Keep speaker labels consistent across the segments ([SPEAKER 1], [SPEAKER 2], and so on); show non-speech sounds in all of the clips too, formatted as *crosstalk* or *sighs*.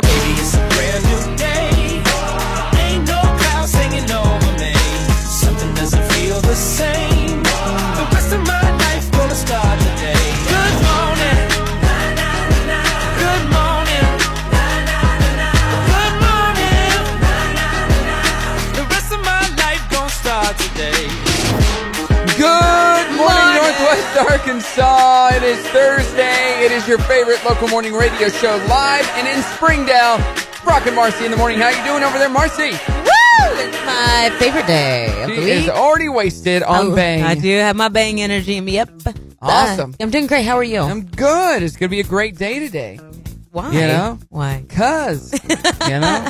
[SPEAKER 1] Baby, it's a brand new day. Ain't no clouds hanging over me. Something doesn't feel the same. The rest of my life gonna start today. Good morning. Good morning. Good morning. The rest of my life gonna start today.
[SPEAKER 2] Good morning, Northwest Arkansas. It is Thursday. It is your favorite local morning radio show live and in Springdale. Brock and Marcy in the morning. How you doing over there, Marcy?
[SPEAKER 3] Woo! It's my favorite day of
[SPEAKER 2] She
[SPEAKER 3] the
[SPEAKER 2] is
[SPEAKER 3] week.
[SPEAKER 2] already wasted on
[SPEAKER 3] Oh,
[SPEAKER 2] Bang.
[SPEAKER 3] I do have my bang energy in me. Yep.
[SPEAKER 2] Awesome.
[SPEAKER 3] Uh, I'm doing great. How are you?
[SPEAKER 2] I'm good. It's gonna be a great day today.
[SPEAKER 3] Why?
[SPEAKER 2] you know?
[SPEAKER 3] Why?
[SPEAKER 2] Cause you
[SPEAKER 3] *laughs*
[SPEAKER 2] know,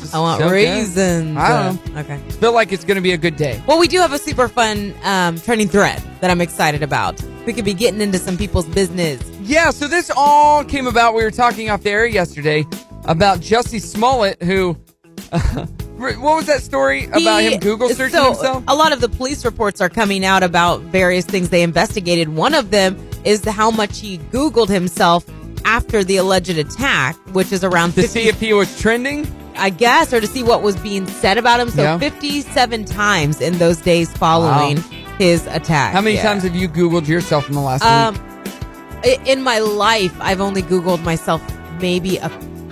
[SPEAKER 2] just
[SPEAKER 3] I want
[SPEAKER 2] so good.
[SPEAKER 3] reasons.
[SPEAKER 2] I don't
[SPEAKER 3] Uh, Okay.
[SPEAKER 2] Feel like it's gonna be a good day.
[SPEAKER 3] Well, we do have a super fun um, trending thread that I'm excited about. We could be getting into some people's business.
[SPEAKER 2] Yeah. So this all came about. We were talking off the air yesterday about Jussie Smollett, who. *laughs* what was that story about
[SPEAKER 3] He-
[SPEAKER 2] him Google searching
[SPEAKER 3] so,
[SPEAKER 2] himself?
[SPEAKER 3] A lot of the police reports are coming out about various things they investigated. One of them is how much he Googled himself after the alleged attack, which is around
[SPEAKER 2] to
[SPEAKER 3] 50
[SPEAKER 2] see if he was trending.
[SPEAKER 3] I guess, or to see what was being said about him. So
[SPEAKER 2] Yeah.
[SPEAKER 3] 57 times in those days following his attack.
[SPEAKER 2] How many
[SPEAKER 3] Yeah.
[SPEAKER 2] times have you Googled yourself in the last
[SPEAKER 3] Um,
[SPEAKER 2] week?
[SPEAKER 3] i- in my life, I've only Googled myself maybe a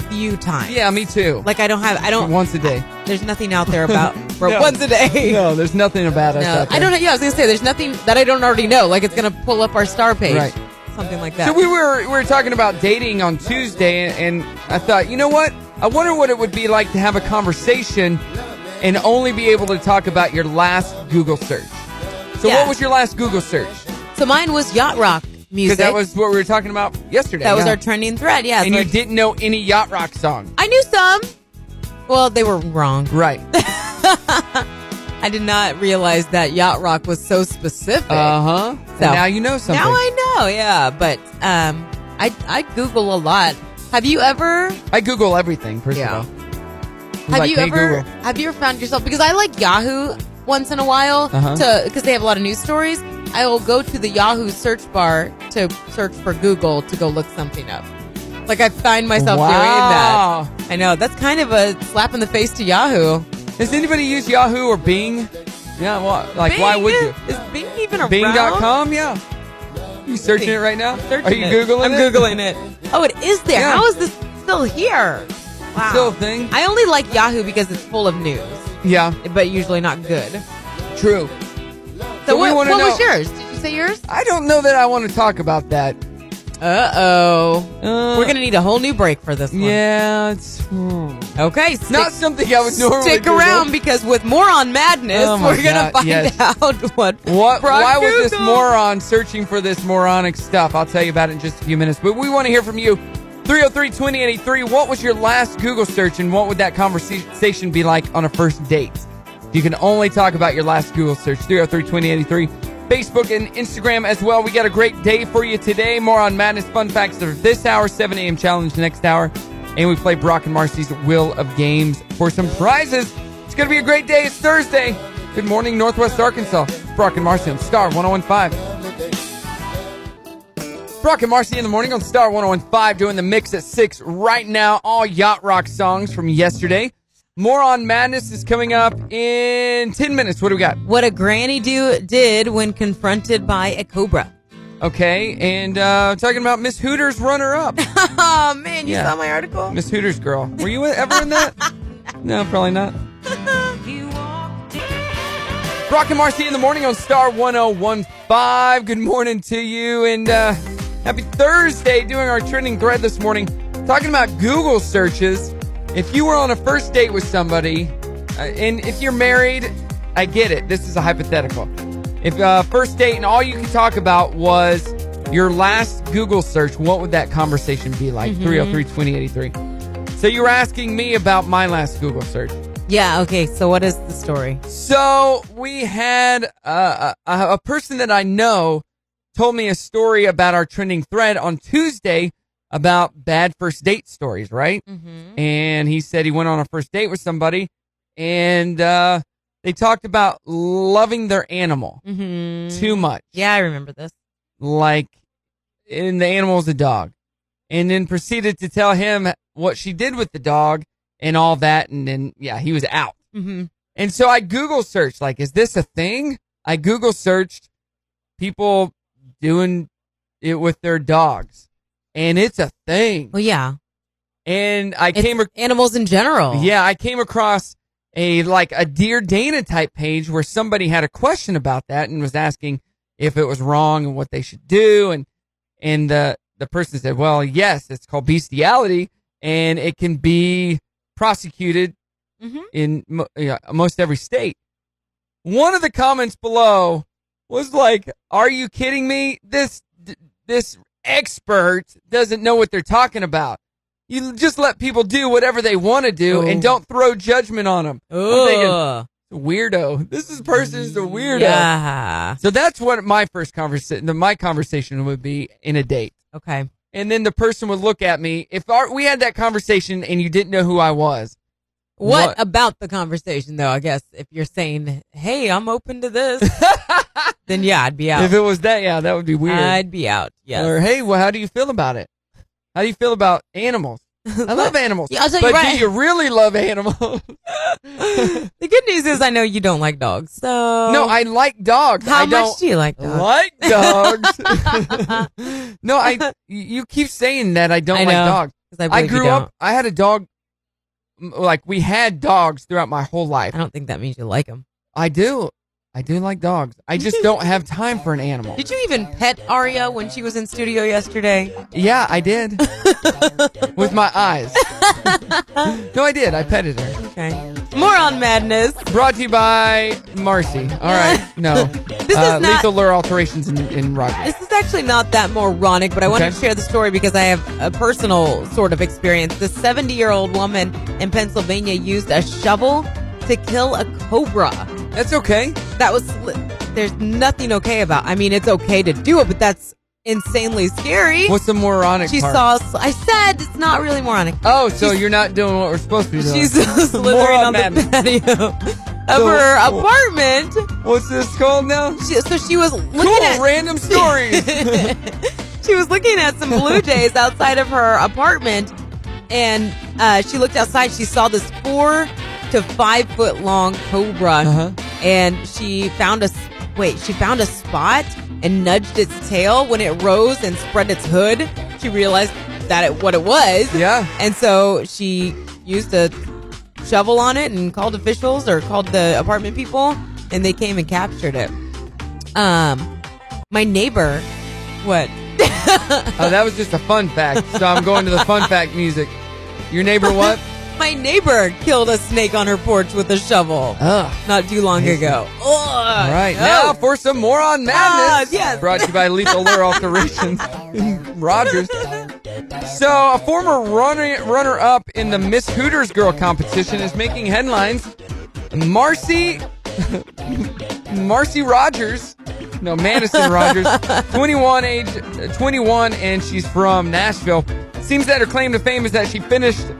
[SPEAKER 3] few times.
[SPEAKER 2] Yeah, me too.
[SPEAKER 3] Like I don't have, I don't.
[SPEAKER 2] once a day.
[SPEAKER 3] There's nothing out
[SPEAKER 2] *laughs*
[SPEAKER 3] there about for
[SPEAKER 2] oh. Uh, No.
[SPEAKER 3] once a
[SPEAKER 2] *laughs*
[SPEAKER 3] day.
[SPEAKER 2] No, there's nothing about us.
[SPEAKER 3] No,
[SPEAKER 2] out there.
[SPEAKER 3] I don't know. Yeah, I was gonna say there's nothing that I don't already know. Like it's gonna pull up our star page,
[SPEAKER 2] Right.
[SPEAKER 3] something like that.
[SPEAKER 2] So we were we were talking about dating on Tuesday, and, and I thought, you know what? I wonder what it would be like to have a conversation and only be able to talk about your last Google search. So
[SPEAKER 3] Yeah.
[SPEAKER 2] what was your last Google search?
[SPEAKER 3] so mine was yacht rock
[SPEAKER 2] Because
[SPEAKER 3] music.
[SPEAKER 2] that was what we were talking about yesterday.
[SPEAKER 3] that was
[SPEAKER 2] Yeah.
[SPEAKER 3] our trending thread. Yeah,
[SPEAKER 2] and
[SPEAKER 3] so
[SPEAKER 2] you
[SPEAKER 3] I-
[SPEAKER 2] didn't know any yacht rock song,
[SPEAKER 3] I knew some. Well, they were wrong.
[SPEAKER 2] *laughs* right?
[SPEAKER 3] I did not realize that yacht rock was so specific.
[SPEAKER 2] Uh huh. So
[SPEAKER 3] So-
[SPEAKER 2] now you know something.
[SPEAKER 3] now I know. Yeah, but um, I I Google a lot. Have you ever?
[SPEAKER 2] I Google everything. First
[SPEAKER 3] Yeah.
[SPEAKER 2] of all, I'm
[SPEAKER 3] Have
[SPEAKER 2] like,
[SPEAKER 3] you
[SPEAKER 2] hey,
[SPEAKER 3] ever?
[SPEAKER 2] Google.
[SPEAKER 3] Have you ever found yourself? Because I like Yahoo once in a while
[SPEAKER 2] Uh-huh.
[SPEAKER 3] to because they have a lot of news stories. I will go to the Yahoo search bar to search for Google to go look something up. Like I find myself
[SPEAKER 2] Wow.
[SPEAKER 3] doing that. I know that's kind of a slap in the face to Yahoo.
[SPEAKER 2] Does anybody use Yahoo or Bing? Yeah, well, like why
[SPEAKER 3] Bing?
[SPEAKER 2] would you?
[SPEAKER 3] Is Bing even around?
[SPEAKER 2] Bing.com, yeah. You searching it right now?
[SPEAKER 3] Searching
[SPEAKER 2] Are you
[SPEAKER 3] it.
[SPEAKER 2] googling
[SPEAKER 3] I'm
[SPEAKER 2] it?
[SPEAKER 3] googling it. Oh, it is there.
[SPEAKER 2] Yeah.
[SPEAKER 3] How is this still here? Wow.
[SPEAKER 2] Still a thing?
[SPEAKER 3] I only like Yahoo because it's full of news,
[SPEAKER 2] *laughs* Yeah,
[SPEAKER 3] but usually not good. So,
[SPEAKER 2] true. So we
[SPEAKER 3] what,
[SPEAKER 2] wanna
[SPEAKER 3] what was
[SPEAKER 2] know-
[SPEAKER 3] yours? Did you say yours?
[SPEAKER 2] I don't know that I want to talk about that.
[SPEAKER 3] Uh oh.
[SPEAKER 2] Uh,
[SPEAKER 3] We're gonna need a whole new break for this one.
[SPEAKER 2] Yeah, it's hmm.
[SPEAKER 3] Okay. Stick,
[SPEAKER 2] not something I would normally
[SPEAKER 3] stick
[SPEAKER 2] Google.
[SPEAKER 3] around because with moron madness,
[SPEAKER 2] Oh my
[SPEAKER 3] we're gonna
[SPEAKER 2] God,
[SPEAKER 3] find
[SPEAKER 2] yes.
[SPEAKER 3] out *laughs* what.
[SPEAKER 2] What?
[SPEAKER 3] Brock
[SPEAKER 2] why was this
[SPEAKER 3] Googled.
[SPEAKER 2] moron searching for this moronic stuff? I'll tell you about it in just a few minutes. But we want to hear from you. 303-2083, what was your last Google search and what would that conversation be like on a first date? You can only talk about your last Google search. 303-2083. Facebook and Instagram as well. We got a great day for you today. More on Madness Fun Facts of this hour, 7 a.m. challenge next hour. And we play Brock and Marcy's Will of Games for some prizes. It's going to be a great day. It's Thursday. Good morning, Northwest Arkansas. Brock and Marcy on Star 1015. Brock and Marcy in the morning on Star 1015 doing the mix at 6 right now. All yacht rock songs from yesterday. More on Madness is coming up in 10 minutes. What do we got?
[SPEAKER 3] What a granny do did when confronted by a cobra. *laughs*
[SPEAKER 2] Okay, and uh talking about Miss Hooters runner *laughs* up.
[SPEAKER 3] Oh man, you
[SPEAKER 2] Yeah.
[SPEAKER 3] saw my article.
[SPEAKER 2] Miss Hooters girl. Were you ever in that? No, probably not. Brock and Marcy in the morning on Star 1015. Good morning to you and uh, happy Thursday doing our trending thread this morning. Talking about Google searches. If you were on a first date with somebody, uh, and if you're married, I get it. This is a hypothetical. If uh, first date and all you could talk about was your last Google search, what would that conversation be like? 303 2083. So you were asking me about my last Google search.
[SPEAKER 3] Yeah. Okay. So what is the story?
[SPEAKER 2] So we had uh, a, a person that I know told me a story about our trending thread on Tuesday about bad first date stories, right?
[SPEAKER 3] Mm-hmm.
[SPEAKER 2] And he said he went on a first date with somebody and uh, they talked about loving their animal
[SPEAKER 3] Mm-hmm.
[SPEAKER 2] too much.
[SPEAKER 3] Yeah, I remember this.
[SPEAKER 2] Like, and the animal was a dog. And then proceeded to tell him what she did with the dog and all that. And then, yeah, he was out.
[SPEAKER 3] Mm-hmm.
[SPEAKER 2] And so I Google searched, like, is this a thing? I Google searched people doing it with their dogs, and it's a thing.
[SPEAKER 3] Well, yeah.
[SPEAKER 2] And I
[SPEAKER 3] It's
[SPEAKER 2] came, ac-
[SPEAKER 3] animals in general.
[SPEAKER 2] yeah, I came across a like a Dear Dana type page where somebody had a question about that and was asking if it was wrong and what they should do, and and the the person said, well, yes, it's called bestiality, and it can be prosecuted
[SPEAKER 3] Mhm.
[SPEAKER 2] in mo- yeah, most every state. One of the comments below was like, "Are you kidding me? This this expert doesn't know what they're talking about. You just let people do whatever they want to do and
[SPEAKER 3] Oh.
[SPEAKER 2] don't throw judgment on them."
[SPEAKER 3] Ugh.
[SPEAKER 2] Weirdo. This is person is a weirdo.
[SPEAKER 3] Yeah.
[SPEAKER 2] So that's what my first conversation, my conversation would be in a date.
[SPEAKER 3] Okay.
[SPEAKER 2] And then the person would look at me. If our, we had that conversation and you didn't know who I was,
[SPEAKER 3] What,
[SPEAKER 2] What?
[SPEAKER 3] about the conversation, though? I guess if you're saying, "Hey, I'm open
[SPEAKER 2] *laughs*
[SPEAKER 3] to this," then yeah, I'd be out.
[SPEAKER 2] if it was that, yeah, that would be weird.
[SPEAKER 3] I'd be out. Yes.
[SPEAKER 2] Or hey, well, how do you feel about it? How do you feel about
[SPEAKER 3] *laughs*
[SPEAKER 2] animals? I love animals.
[SPEAKER 3] Yeah, I'll tell you
[SPEAKER 2] but
[SPEAKER 3] right-
[SPEAKER 2] do you really love animals?
[SPEAKER 3] *laughs*
[SPEAKER 2] *laughs*
[SPEAKER 3] the good news is I know you don't like dogs. So
[SPEAKER 2] no, I like dogs.
[SPEAKER 3] Oh. how
[SPEAKER 2] I
[SPEAKER 3] much
[SPEAKER 2] don't
[SPEAKER 3] do you like dogs?
[SPEAKER 2] like dogs.
[SPEAKER 3] *laughs*
[SPEAKER 2] no, I. You keep saying that I don't
[SPEAKER 3] I
[SPEAKER 2] like
[SPEAKER 3] know.
[SPEAKER 2] dogs.
[SPEAKER 3] 'Cause I,
[SPEAKER 2] I
[SPEAKER 3] believe you
[SPEAKER 2] grew
[SPEAKER 3] don't.
[SPEAKER 2] up. I had a dog. m- Like we had dogs throughout my whole life.
[SPEAKER 3] I don't think that means you like them.
[SPEAKER 2] I do. I do like dogs. I
[SPEAKER 3] *laughs*
[SPEAKER 2] just don't have time for an animal.
[SPEAKER 3] Did you even pet Aria when she was in studio yesterday?
[SPEAKER 2] Yeah, I
[SPEAKER 3] *laughs*
[SPEAKER 2] did. With my eyes. no, I did. I petted her.
[SPEAKER 3] Okay. More on madness.
[SPEAKER 2] Brought to you by Marcy.
[SPEAKER 3] *laughs*
[SPEAKER 2] All right, no.
[SPEAKER 3] is
[SPEAKER 2] uh,
[SPEAKER 3] not-
[SPEAKER 2] lethal lure alterations in, in Rogers.
[SPEAKER 3] This is actually not that moronic, but I wanted
[SPEAKER 2] Okay.
[SPEAKER 3] to share the story because I have a personal sort of experience. This 70 year old woman in Pennsylvania used a shovel to kill a cobra.
[SPEAKER 2] That's okay.
[SPEAKER 3] That was, there's nothing okay about. I mean, it's okay to do it, but that's insanely scary.
[SPEAKER 2] What's the moronic
[SPEAKER 3] she
[SPEAKER 2] part?
[SPEAKER 3] saw, I said it's not really moronic.
[SPEAKER 2] oh, so you're not doing what we're supposed to be doing.
[SPEAKER 3] *laughs* She's *laughs* slithering
[SPEAKER 2] Moron
[SPEAKER 3] on the
[SPEAKER 2] madness.
[SPEAKER 3] patio of
[SPEAKER 2] So- oh.
[SPEAKER 3] her apartment.
[SPEAKER 2] What's this called now?
[SPEAKER 3] She, so she was looking
[SPEAKER 2] cool,
[SPEAKER 3] at
[SPEAKER 2] random stories.
[SPEAKER 3] *laughs* she was looking at some blue jays outside of her apartment, and uh, she looked outside. She saw this four to five foot long cobra,
[SPEAKER 2] Uh-huh.
[SPEAKER 3] and she found a s- wait. She found a spot and nudged its tail. When it rose and spread its hood, she realized that it what it was.
[SPEAKER 2] Yeah.
[SPEAKER 3] and so she used a shovel on it and called officials or called the apartment people, and they came and captured it. Um, my neighbor, what?
[SPEAKER 2] oh, that was just a fun fact. So I'm going to the fun fact music. Your neighbor
[SPEAKER 3] *laughs*
[SPEAKER 2] what?
[SPEAKER 3] My neighbor killed a snake on her porch with a shovel
[SPEAKER 2] Ugh.
[SPEAKER 3] not too long ago. Ugh,
[SPEAKER 2] All right,
[SPEAKER 3] no.
[SPEAKER 2] now for some moron madness.
[SPEAKER 3] Oh. Ah, yes.
[SPEAKER 2] Brought to you by Lethal
[SPEAKER 3] *laughs*
[SPEAKER 2] Lure Alterations. Rogers. So, a former runner, runner-up in the Miss Hooters Girl competition is making headlines. Marcy, Marcy Rogers, no
[SPEAKER 3] *laughs*
[SPEAKER 2] Madison Rogers, 21 age, 21, and she's from Nashville. Seems that her claim to fame is that she finished. *laughs*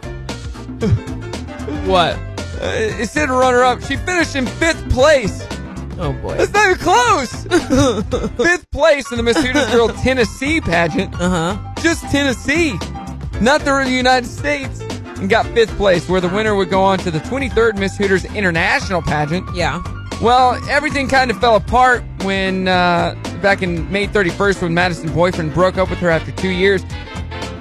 [SPEAKER 2] what? Uh, it said runner-up. She finished in fifth place.
[SPEAKER 3] Oh boy.
[SPEAKER 2] That's not even close.
[SPEAKER 3] *laughs*
[SPEAKER 2] Fifth place in the Miss Hooters Girl Tennessee pageant.
[SPEAKER 3] Uh huh.
[SPEAKER 2] Just Tennessee, not the United States. And got fifth place, where the winner would go on to the 23rd Miss Hooters International pageant.
[SPEAKER 3] *laughs* Yeah.
[SPEAKER 2] Well, everything kind of fell apart when uh, back in May 31st, when Madison's boyfriend broke up with her after two years.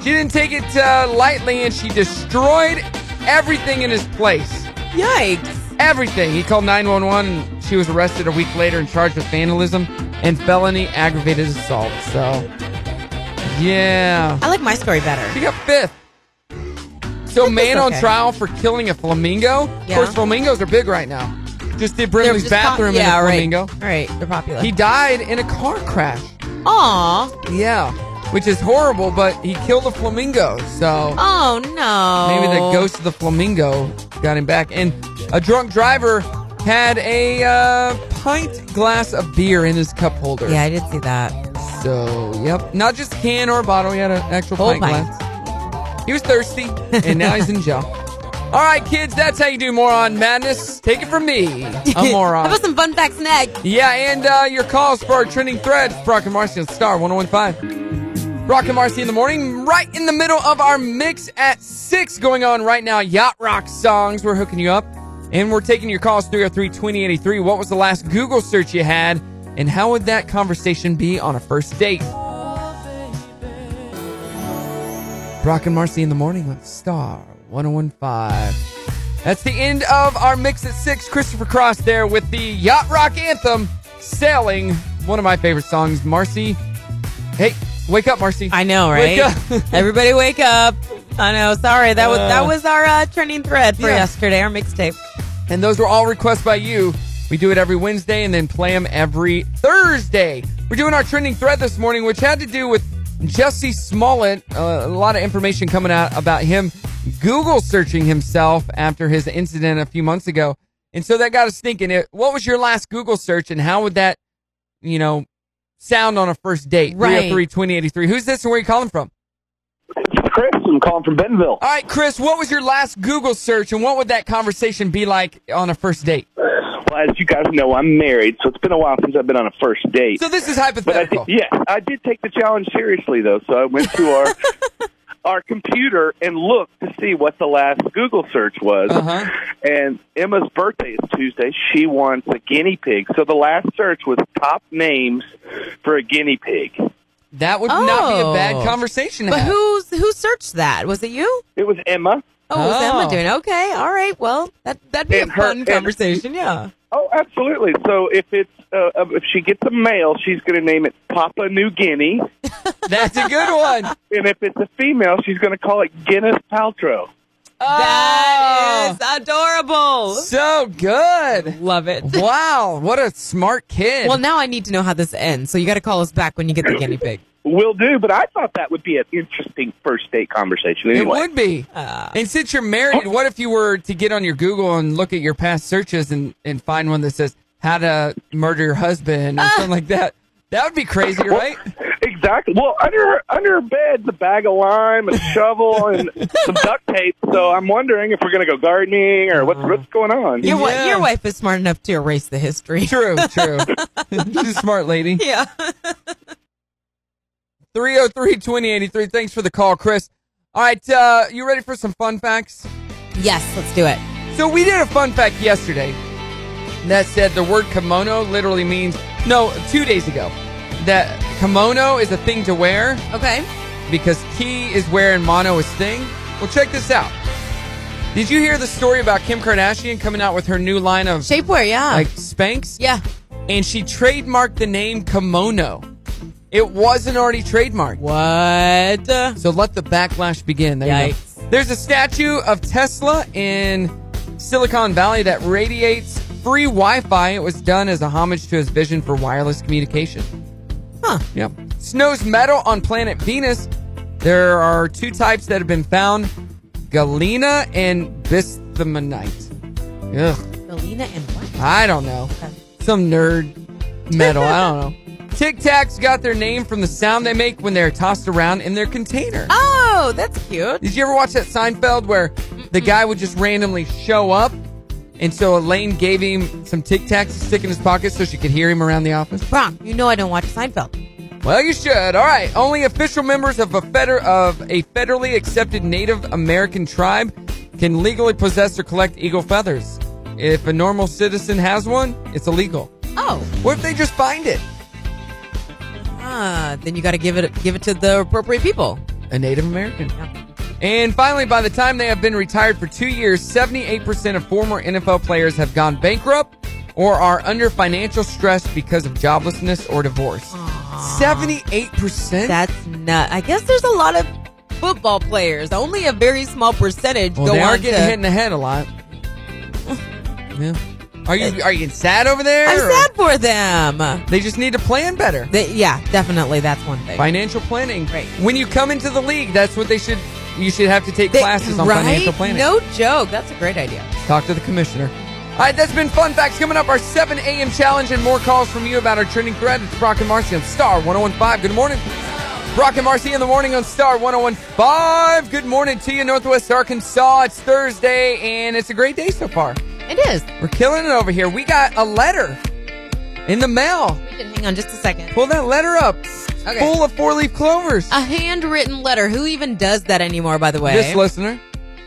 [SPEAKER 2] She didn't take it uh, lightly, and she destroyed everything in his place
[SPEAKER 3] Yikes.
[SPEAKER 2] everything. He called 911 and she was arrested a week later and charged with vandalism and felony aggravated assault. So, yeah.
[SPEAKER 3] I like my story better.
[SPEAKER 2] She got fifth. So, man on
[SPEAKER 3] okay.
[SPEAKER 2] trial for killing a flamingo. Of
[SPEAKER 3] Yeah.
[SPEAKER 2] course, flamingos are big right now. Just did Brimley's
[SPEAKER 3] just pop-
[SPEAKER 2] bathroom
[SPEAKER 3] yeah,
[SPEAKER 2] in a
[SPEAKER 3] right.
[SPEAKER 2] flamingo.
[SPEAKER 3] All right. They're popular.
[SPEAKER 2] He died in a car crash.
[SPEAKER 3] Aw.
[SPEAKER 2] Yeah. Which is horrible, but he killed a flamingo. So,
[SPEAKER 3] Oh no.
[SPEAKER 2] Maybe the ghost of the flamingo got him back. And a drunk driver had a uh, pint glass of beer in his cup holder.
[SPEAKER 3] Yeah, I did see that.
[SPEAKER 2] So, yep. Not just can or bottle, he had an actual
[SPEAKER 3] Whole
[SPEAKER 2] pint,
[SPEAKER 3] pint.
[SPEAKER 2] glass.
[SPEAKER 3] *laughs*
[SPEAKER 2] He was thirsty, and now he's in jail. All right, kids, that's how you do moron madness. Take it from me,
[SPEAKER 3] *laughs*
[SPEAKER 2] a
[SPEAKER 3] How
[SPEAKER 2] moron.
[SPEAKER 3] about some fun facts next?
[SPEAKER 2] Yeah, and uh, your calls for our trending threads, Brock and Marcy on Star 1015. Brock and Marcy in the morning, right in the middle of our mix at 6 going on right now. Yacht Rock songs, we're hooking you up. And we're taking your calls 303 2083. What was the last Google search you had? And how would that conversation be on a first date? Brock and Marcy in the morning on Star 1015. That's the end of our mix at six. Christopher Cross there with the Yacht Rock anthem, Sailing, one of my favorite songs. Marcy, hey, wake up, Marcy.
[SPEAKER 3] I know,
[SPEAKER 2] Wake
[SPEAKER 3] right?
[SPEAKER 2] up. *laughs*
[SPEAKER 3] Everybody wake up. I know. Sorry, that was
[SPEAKER 2] Uh,
[SPEAKER 3] that was our uh, trending thread for
[SPEAKER 2] yeah.
[SPEAKER 3] yesterday, our mixtape.
[SPEAKER 2] And those were all requests by you. We do it every Wednesday and then play them every Thursday. We're doing our trending thread this morning, which had to do with Jesse Smollett. Uh, a lot of information coming out about him Google searching himself after his incident a few months ago. And so that got us thinking it- what was your last Google search and how would that, you know, sound on a first date?
[SPEAKER 3] Right.
[SPEAKER 2] 303 2083. Who's this and where are you calling from?
[SPEAKER 4] It's Chris. I'm calling from Bentonville.
[SPEAKER 2] All right, Chris, what was your last Google search and what would that conversation be like on a first date?
[SPEAKER 4] Well, as you guys know, I'm married, so it's been a while since I've been on a first date.
[SPEAKER 2] So this is
[SPEAKER 4] but I
[SPEAKER 2] hypothetical.
[SPEAKER 4] did, yeah, I did take the challenge seriously, though. So I went to our our computer and looked to see what the last Google search was.
[SPEAKER 2] Uh-huh.
[SPEAKER 4] And Emma's birthday is Tuesday. She wants a guinea pig. So the last search was top names for a guinea pig.
[SPEAKER 2] That would not be a
[SPEAKER 3] Oh.
[SPEAKER 2] bad conversation. To
[SPEAKER 3] *laughs* But
[SPEAKER 2] have.
[SPEAKER 3] who's who searched that? Was it you?
[SPEAKER 4] It was Emma.
[SPEAKER 3] Oh, was
[SPEAKER 2] Oh.
[SPEAKER 3] Emma doing? Okay, all right. Well, that that'd be
[SPEAKER 4] And
[SPEAKER 3] a
[SPEAKER 4] her-
[SPEAKER 3] fun
[SPEAKER 4] and-
[SPEAKER 3] conversation. yeah.
[SPEAKER 4] Oh, absolutely. So if it's uh, if she gets a male, she's going to name it Papa New Guinea.
[SPEAKER 2] That's a good one.
[SPEAKER 3] *laughs*
[SPEAKER 4] And if it's a female, she's going to call it Guinness Paltrow.
[SPEAKER 3] That
[SPEAKER 2] Oh,
[SPEAKER 3] is adorable.
[SPEAKER 2] so good.
[SPEAKER 3] Love it.
[SPEAKER 2] Wow, what a smart kid.
[SPEAKER 3] *laughs* Well, now I need to know how this ends. So you got to call us back when you get the guinea pig.
[SPEAKER 4] Will do, but I thought that would be an interesting first date conversation.
[SPEAKER 2] it
[SPEAKER 4] Anyway,
[SPEAKER 2] would be.
[SPEAKER 3] Uh,
[SPEAKER 2] And since you're married, what if you were to get on your Google and look at your past searches and, and find one that says how to murder your husband or
[SPEAKER 3] Ah.
[SPEAKER 2] something like that? That would be crazy,
[SPEAKER 3] *laughs*
[SPEAKER 2] right?
[SPEAKER 4] exactly. Well, under her, under her bed's a bag of lime, a shovel,
[SPEAKER 2] *laughs*
[SPEAKER 4] and some duct tape. So I'm wondering if we're going to go gardening or
[SPEAKER 2] Uh-huh.
[SPEAKER 4] what's what's going on.
[SPEAKER 3] your, wi-
[SPEAKER 2] Yeah.
[SPEAKER 3] your wife is smart enough to erase the history. *laughs*
[SPEAKER 2] True, true. She's a smart lady.
[SPEAKER 3] Yeah.
[SPEAKER 2] 303 2083. Thanks for the call, Chris. All right, uh, you ready for some fun facts?
[SPEAKER 3] yes, let's do it.
[SPEAKER 2] So we did a fun fact yesterday that said the word kimono literally means no, two days ago. That kimono is a thing to wear
[SPEAKER 3] Okay.
[SPEAKER 2] because ki is where and mono is thing. Well, check this out. Did you hear the story about Kim Kardashian coming out with her new line of
[SPEAKER 3] Shapewear, yeah.
[SPEAKER 2] like Spanx?
[SPEAKER 3] yeah.
[SPEAKER 2] And she trademarked the name kimono. It wasn't already trademarked.
[SPEAKER 3] What?
[SPEAKER 2] So let the backlash begin. There you go.
[SPEAKER 3] Yikes.
[SPEAKER 2] There's a statue of Tesla in Silicon Valley that radiates free Wi-Fi. It was done as a homage to his vision for wireless communication.
[SPEAKER 3] Huh.
[SPEAKER 2] Yep. Snow's metal on planet Venus. There are two types that have been found: galena and bisthemonite. Ugh,
[SPEAKER 3] Galena and what?
[SPEAKER 2] I don't know. Some nerd metal. I don't know. *laughs* Tic Tacs got their name from the sound they make when they're tossed around in their container.
[SPEAKER 3] Oh, that's cute.
[SPEAKER 2] Did you ever watch that Seinfeld where the guy would just randomly show up? And so Elaine gave him some Tic Tacs to stick in his pocket so she could hear him around the office.
[SPEAKER 3] Wrong. You know I don't watch Seinfeld.
[SPEAKER 2] Well, you should. All right. Only official members of a feder- of a federally accepted Native American tribe can legally possess or collect eagle feathers. If a normal citizen has one, it's illegal.
[SPEAKER 3] Oh.
[SPEAKER 2] What if they just find it?
[SPEAKER 3] Ah, then you got to give it give it to the appropriate people.
[SPEAKER 2] A Native American. And finally, by the time they have been retired for two years, 78% of former NFL players have gone bankrupt or are under financial stress because of joblessness or divorce. 78%?
[SPEAKER 3] That's not. I guess there's a lot of football players. Only a very small percentage
[SPEAKER 2] well,
[SPEAKER 3] go
[SPEAKER 2] they are
[SPEAKER 3] on
[SPEAKER 2] getting
[SPEAKER 3] to.
[SPEAKER 2] hit in the head a
[SPEAKER 3] *laughs*
[SPEAKER 2] lot. yeah. Are you are you sad over there?
[SPEAKER 3] I'm
[SPEAKER 2] or-
[SPEAKER 3] sad for them.
[SPEAKER 2] They just need to plan better.
[SPEAKER 3] They, yeah, definitely. That's one thing.
[SPEAKER 2] Financial planning.
[SPEAKER 3] Right.
[SPEAKER 2] When you come into the league, that's what they should you should have to take
[SPEAKER 3] They-
[SPEAKER 2] classes on
[SPEAKER 3] right?
[SPEAKER 2] financial planning.
[SPEAKER 3] No joke. That's a great idea.
[SPEAKER 2] Talk to the commissioner. All right, that's been fun facts coming up. Our 7 oh a.m. challenge and more calls from you about our trending thread. It's Brock and Marcy on Star 1015. Good morning. Brock and Marcy in the morning on Star 1015. Good morning to you, Northwest Arkansas. It's Thursday, and it's a great day so far.
[SPEAKER 3] It is.
[SPEAKER 2] We're killing it over here. We got a letter in the mail.
[SPEAKER 3] We can hang on just a second.
[SPEAKER 2] Pull that letter up.
[SPEAKER 3] Okay. Uh,
[SPEAKER 2] Full of four leaf clovers.
[SPEAKER 3] A handwritten letter. Who even does that anymore, by the way?
[SPEAKER 2] This listener.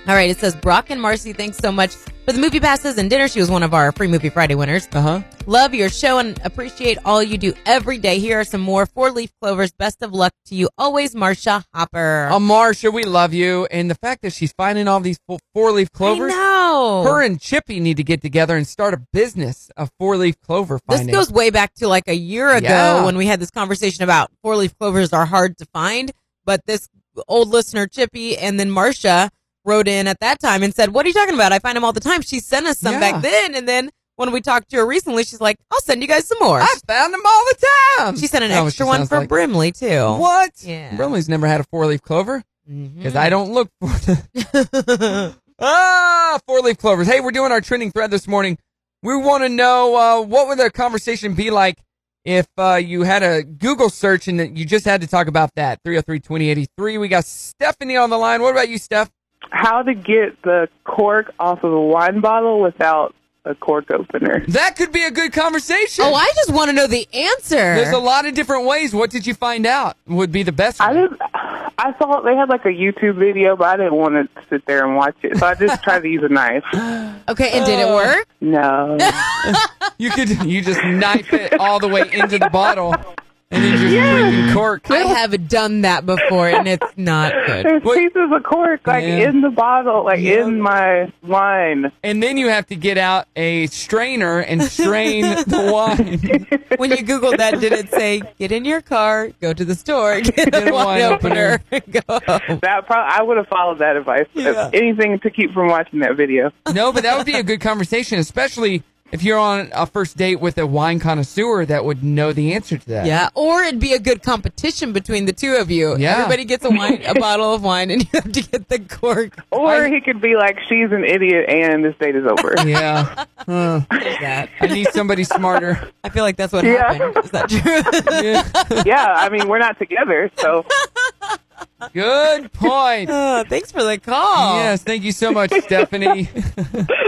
[SPEAKER 3] All right, it says Brock and Marcy, thanks so much for the movie passes and dinner. She was one of our free movie Friday winners.
[SPEAKER 2] Uh huh.
[SPEAKER 3] Love your show and appreciate all you do every day. Here are some more four leaf clovers. Best of luck to you always, Marsha Hopper.
[SPEAKER 2] Uh, Marsha, we love you. And the fact that she's finding all these four leaf clovers.
[SPEAKER 3] I know.
[SPEAKER 2] Her and Chippy need to get together and start a business of four leaf clover
[SPEAKER 3] this
[SPEAKER 2] finding.
[SPEAKER 3] goes way back to like a year ago
[SPEAKER 2] Yeah.
[SPEAKER 3] when we had this conversation about four leaf clovers are hard to find. But this old listener, Chippy, and then Marsha wrote in at that time and said, What are you talking about? I find them all the time. She sent us some
[SPEAKER 2] Yeah.
[SPEAKER 3] back then. And then when we talked to her recently, she's like, I'll send you guys some more.
[SPEAKER 2] I found them all the time.
[SPEAKER 3] She sent an
[SPEAKER 2] That's what Ah.
[SPEAKER 3] extra
[SPEAKER 2] she
[SPEAKER 3] one
[SPEAKER 2] sounds
[SPEAKER 3] for
[SPEAKER 2] like.
[SPEAKER 3] Brimley, too.
[SPEAKER 2] What?
[SPEAKER 3] Yeah. Mm-hmm.
[SPEAKER 2] Brimley's never had a four leaf clover because I don't look for the
[SPEAKER 3] *laughs* I.
[SPEAKER 2] ah four leaf clovers. Hey, we're doing our trending thread this morning. We want to know uh, what would the conversation be like if uh, you had a Google search and that you just had to talk about that. 303-2083. We got Stephanie on the line. What about you, Steph?
[SPEAKER 5] how to get the cork off of a wine bottle without a cork opener.
[SPEAKER 2] That could be a good conversation.
[SPEAKER 3] oh, I just want to know the answer.
[SPEAKER 2] There's a lot of different ways. What did you find out would be the best?
[SPEAKER 5] I
[SPEAKER 2] one?
[SPEAKER 5] didn't. I thought they had like a YouTube video, but I didn't want to sit there and watch it, so I just tried to use a knife.
[SPEAKER 3] okay, and did
[SPEAKER 2] Uh,
[SPEAKER 3] it work?
[SPEAKER 5] No,
[SPEAKER 2] *laughs* You could you just knife it all the way into the bottle and you just freaking cork.
[SPEAKER 3] I have done that before, and it's not good.
[SPEAKER 5] there's
[SPEAKER 2] What-
[SPEAKER 5] pieces of cork like
[SPEAKER 2] Yeah.
[SPEAKER 5] in the bottle, like in my wine.
[SPEAKER 2] And then you have to get out a strainer and strain
[SPEAKER 3] *laughs*
[SPEAKER 2] the wine.
[SPEAKER 3] When you Googled that, did it say, get in your car, go to the store, get
[SPEAKER 2] Get
[SPEAKER 3] a wine opener, go home?
[SPEAKER 5] That probably I would have followed that advice.
[SPEAKER 3] Oh.
[SPEAKER 5] uh,
[SPEAKER 3] Yeah.
[SPEAKER 5] Anything to keep from watching that
[SPEAKER 3] *laughs*
[SPEAKER 5] video.
[SPEAKER 2] No, but that would be a good conversation, especially if you're on a first date with a wine connoisseur that would know the answer to that.
[SPEAKER 3] Yeah, or it'd be a good competition between the two of you.
[SPEAKER 2] Yeah.
[SPEAKER 3] Everybody gets a wine, a bottle of wine, and *laughs* you have to get the cork.
[SPEAKER 5] Or he could be like, "She's an idiot," and this date is
[SPEAKER 3] *laughs*
[SPEAKER 5] over.
[SPEAKER 2] Yeah. Huh.
[SPEAKER 3] That.
[SPEAKER 2] I need somebody
[SPEAKER 3] *laughs*
[SPEAKER 2] smarter.
[SPEAKER 3] I feel like that's what
[SPEAKER 5] Yeah.
[SPEAKER 3] happened. Is that true? *laughs*
[SPEAKER 2] Yeah.
[SPEAKER 5] yeah, I mean, we're not together, so
[SPEAKER 2] Good point.
[SPEAKER 3] Oh, thanks for the call.
[SPEAKER 2] Yes, thank you so much, Stephanie.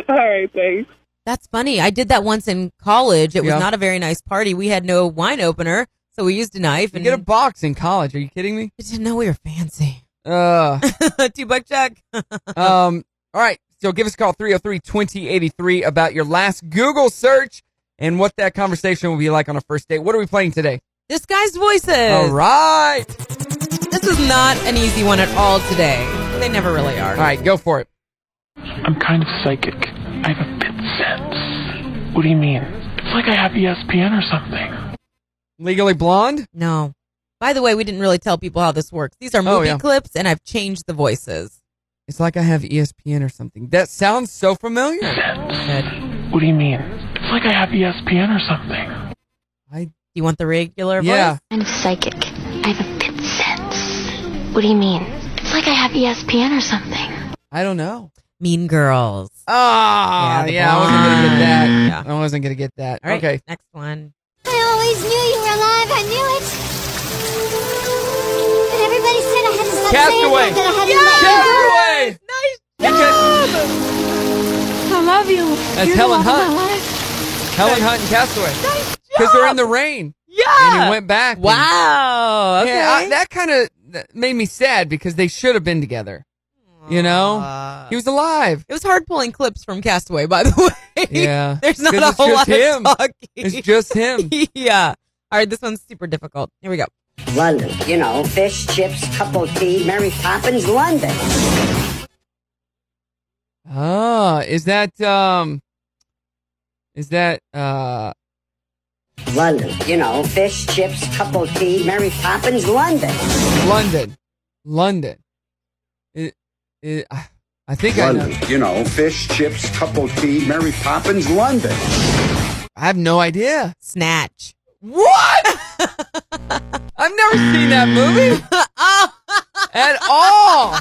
[SPEAKER 5] all right, thanks.
[SPEAKER 3] That's funny. I did that once in college. It
[SPEAKER 2] Yeah.
[SPEAKER 3] was not a very nice party. We had no wine opener, so we used a knife
[SPEAKER 2] You
[SPEAKER 3] and
[SPEAKER 2] get a box in college. Are you kidding me?
[SPEAKER 3] I didn't know we were fancy.
[SPEAKER 2] *laughs*
[SPEAKER 3] *laughs*
[SPEAKER 2] Uh
[SPEAKER 3] Two buck
[SPEAKER 2] *laughs*
[SPEAKER 3] check.
[SPEAKER 2] Um, all right. So give us a call 303 2083 about your last Google search and what that conversation will be like on a first date. What are we playing today?
[SPEAKER 3] Disguised voices.
[SPEAKER 2] All right.
[SPEAKER 3] This is not an easy one at all today. They never really are.
[SPEAKER 2] All right, go for it.
[SPEAKER 6] I'm kind of psychic. I have a fifth sense. What do you mean? It's like I have E ESPN or something.
[SPEAKER 2] Legally blonde?
[SPEAKER 3] No. By the way, we didn't really tell people how this works. These are movie
[SPEAKER 2] Oh, yeah.
[SPEAKER 3] clips, and I've changed the voices.
[SPEAKER 2] It's like I have E ESPN or something. That sounds so familiar.
[SPEAKER 6] Sense.
[SPEAKER 3] Good.
[SPEAKER 6] What do you mean? It's like I have E ESPN or something.
[SPEAKER 2] I
[SPEAKER 3] You want the regular
[SPEAKER 2] yeah.
[SPEAKER 3] voice?
[SPEAKER 7] kind of psychic. I have a fifth sense. What do you mean? It's like I have E ESPN or something.
[SPEAKER 2] I don't know.
[SPEAKER 3] Mean Girls.
[SPEAKER 2] Ah,
[SPEAKER 3] Yeah, the
[SPEAKER 2] yeah, I wasn't gonna get that.
[SPEAKER 3] blonde.
[SPEAKER 2] I wasn't gonna get that.
[SPEAKER 3] All right.
[SPEAKER 2] Okay.
[SPEAKER 3] Next one.
[SPEAKER 8] I always knew you were alive. I knew it. And everybody said I had to stop saying
[SPEAKER 2] Castaway.
[SPEAKER 8] that. that I had to let you go.
[SPEAKER 2] Castaway. Nice
[SPEAKER 8] I love you.
[SPEAKER 2] That's
[SPEAKER 8] You're
[SPEAKER 2] Helen
[SPEAKER 8] the love of
[SPEAKER 2] Hunt.
[SPEAKER 8] my life.
[SPEAKER 2] Helen Hunt and Castaway. Because they're in the rain.
[SPEAKER 3] Yeah.
[SPEAKER 2] And he went back. and-
[SPEAKER 3] Ah. Wow. Okay.
[SPEAKER 2] Yeah, I, that kind of made me sad because they should have been together. You know,
[SPEAKER 3] Aw.
[SPEAKER 2] he was alive.
[SPEAKER 3] Uh, It was hard pulling clips from Castaway, by the *laughs* way.
[SPEAKER 2] Yeah,
[SPEAKER 3] *laughs* There's not
[SPEAKER 2] Because
[SPEAKER 3] a
[SPEAKER 2] it's
[SPEAKER 3] whole lot
[SPEAKER 2] just him.
[SPEAKER 3] of talking.
[SPEAKER 2] It's
[SPEAKER 3] *laughs*
[SPEAKER 2] just him.
[SPEAKER 3] yeah. All right, this one's super difficult. Here we go.
[SPEAKER 9] London, you know, fish, chips, cup of tea, Mary Poppins, London.
[SPEAKER 2] Ah, is that um, is that uh,
[SPEAKER 9] London, you know, fish, chips, cup of tea, Mary Poppins, London.
[SPEAKER 2] London, London? It, it, I I think I know.
[SPEAKER 10] London, you know, fish, chips, cup of tea, Mary Poppins, London.
[SPEAKER 2] I have no idea.
[SPEAKER 3] Snatch.
[SPEAKER 2] What?
[SPEAKER 3] *laughs*
[SPEAKER 2] I've never seen that movie
[SPEAKER 3] oh,
[SPEAKER 2] at all.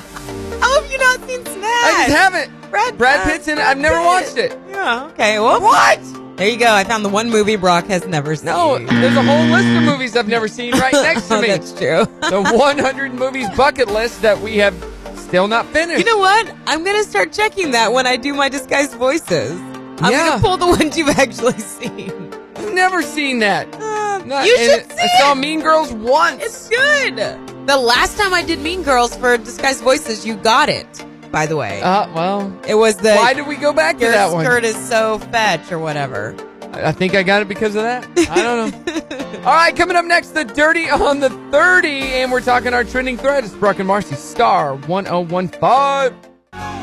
[SPEAKER 3] how have you not seen Snatch?
[SPEAKER 2] I just haven't.
[SPEAKER 3] Brad,
[SPEAKER 2] Brad Pitt's in it. I've never watched it.
[SPEAKER 3] Yeah, okay. Well,
[SPEAKER 2] What?
[SPEAKER 3] There you go. I found the one movie Brock has never seen.
[SPEAKER 2] No, there's a whole list of movies I've never seen
[SPEAKER 3] *laughs*
[SPEAKER 2] right *laughs* next to me.
[SPEAKER 3] Oh. That's true.
[SPEAKER 2] the 100 movies bucket list that we have still not finished.
[SPEAKER 3] You know what? I'm gonna start checking that when I do my disguised voices. I'm
[SPEAKER 2] Yeah.
[SPEAKER 3] gonna pull the *laughs* ones you've actually seen.
[SPEAKER 2] I've never seen that. Uh, No,
[SPEAKER 3] you
[SPEAKER 2] and
[SPEAKER 3] should
[SPEAKER 2] it-
[SPEAKER 3] see
[SPEAKER 2] I saw
[SPEAKER 3] it.
[SPEAKER 2] Mean Girls once.
[SPEAKER 3] It's good. The last time I did Mean Girls for disguised voices, you got it. By the way,
[SPEAKER 2] Uh, well,
[SPEAKER 3] it was the
[SPEAKER 2] why did we go back to
[SPEAKER 3] your
[SPEAKER 2] that one?
[SPEAKER 3] skirt is so fetch or whatever.
[SPEAKER 2] I I think I got it because of that. I don't know. All right, coming up next, the dirty on the 30, and we're talking our trending thread. It's Brock and Marcy, Star 1015.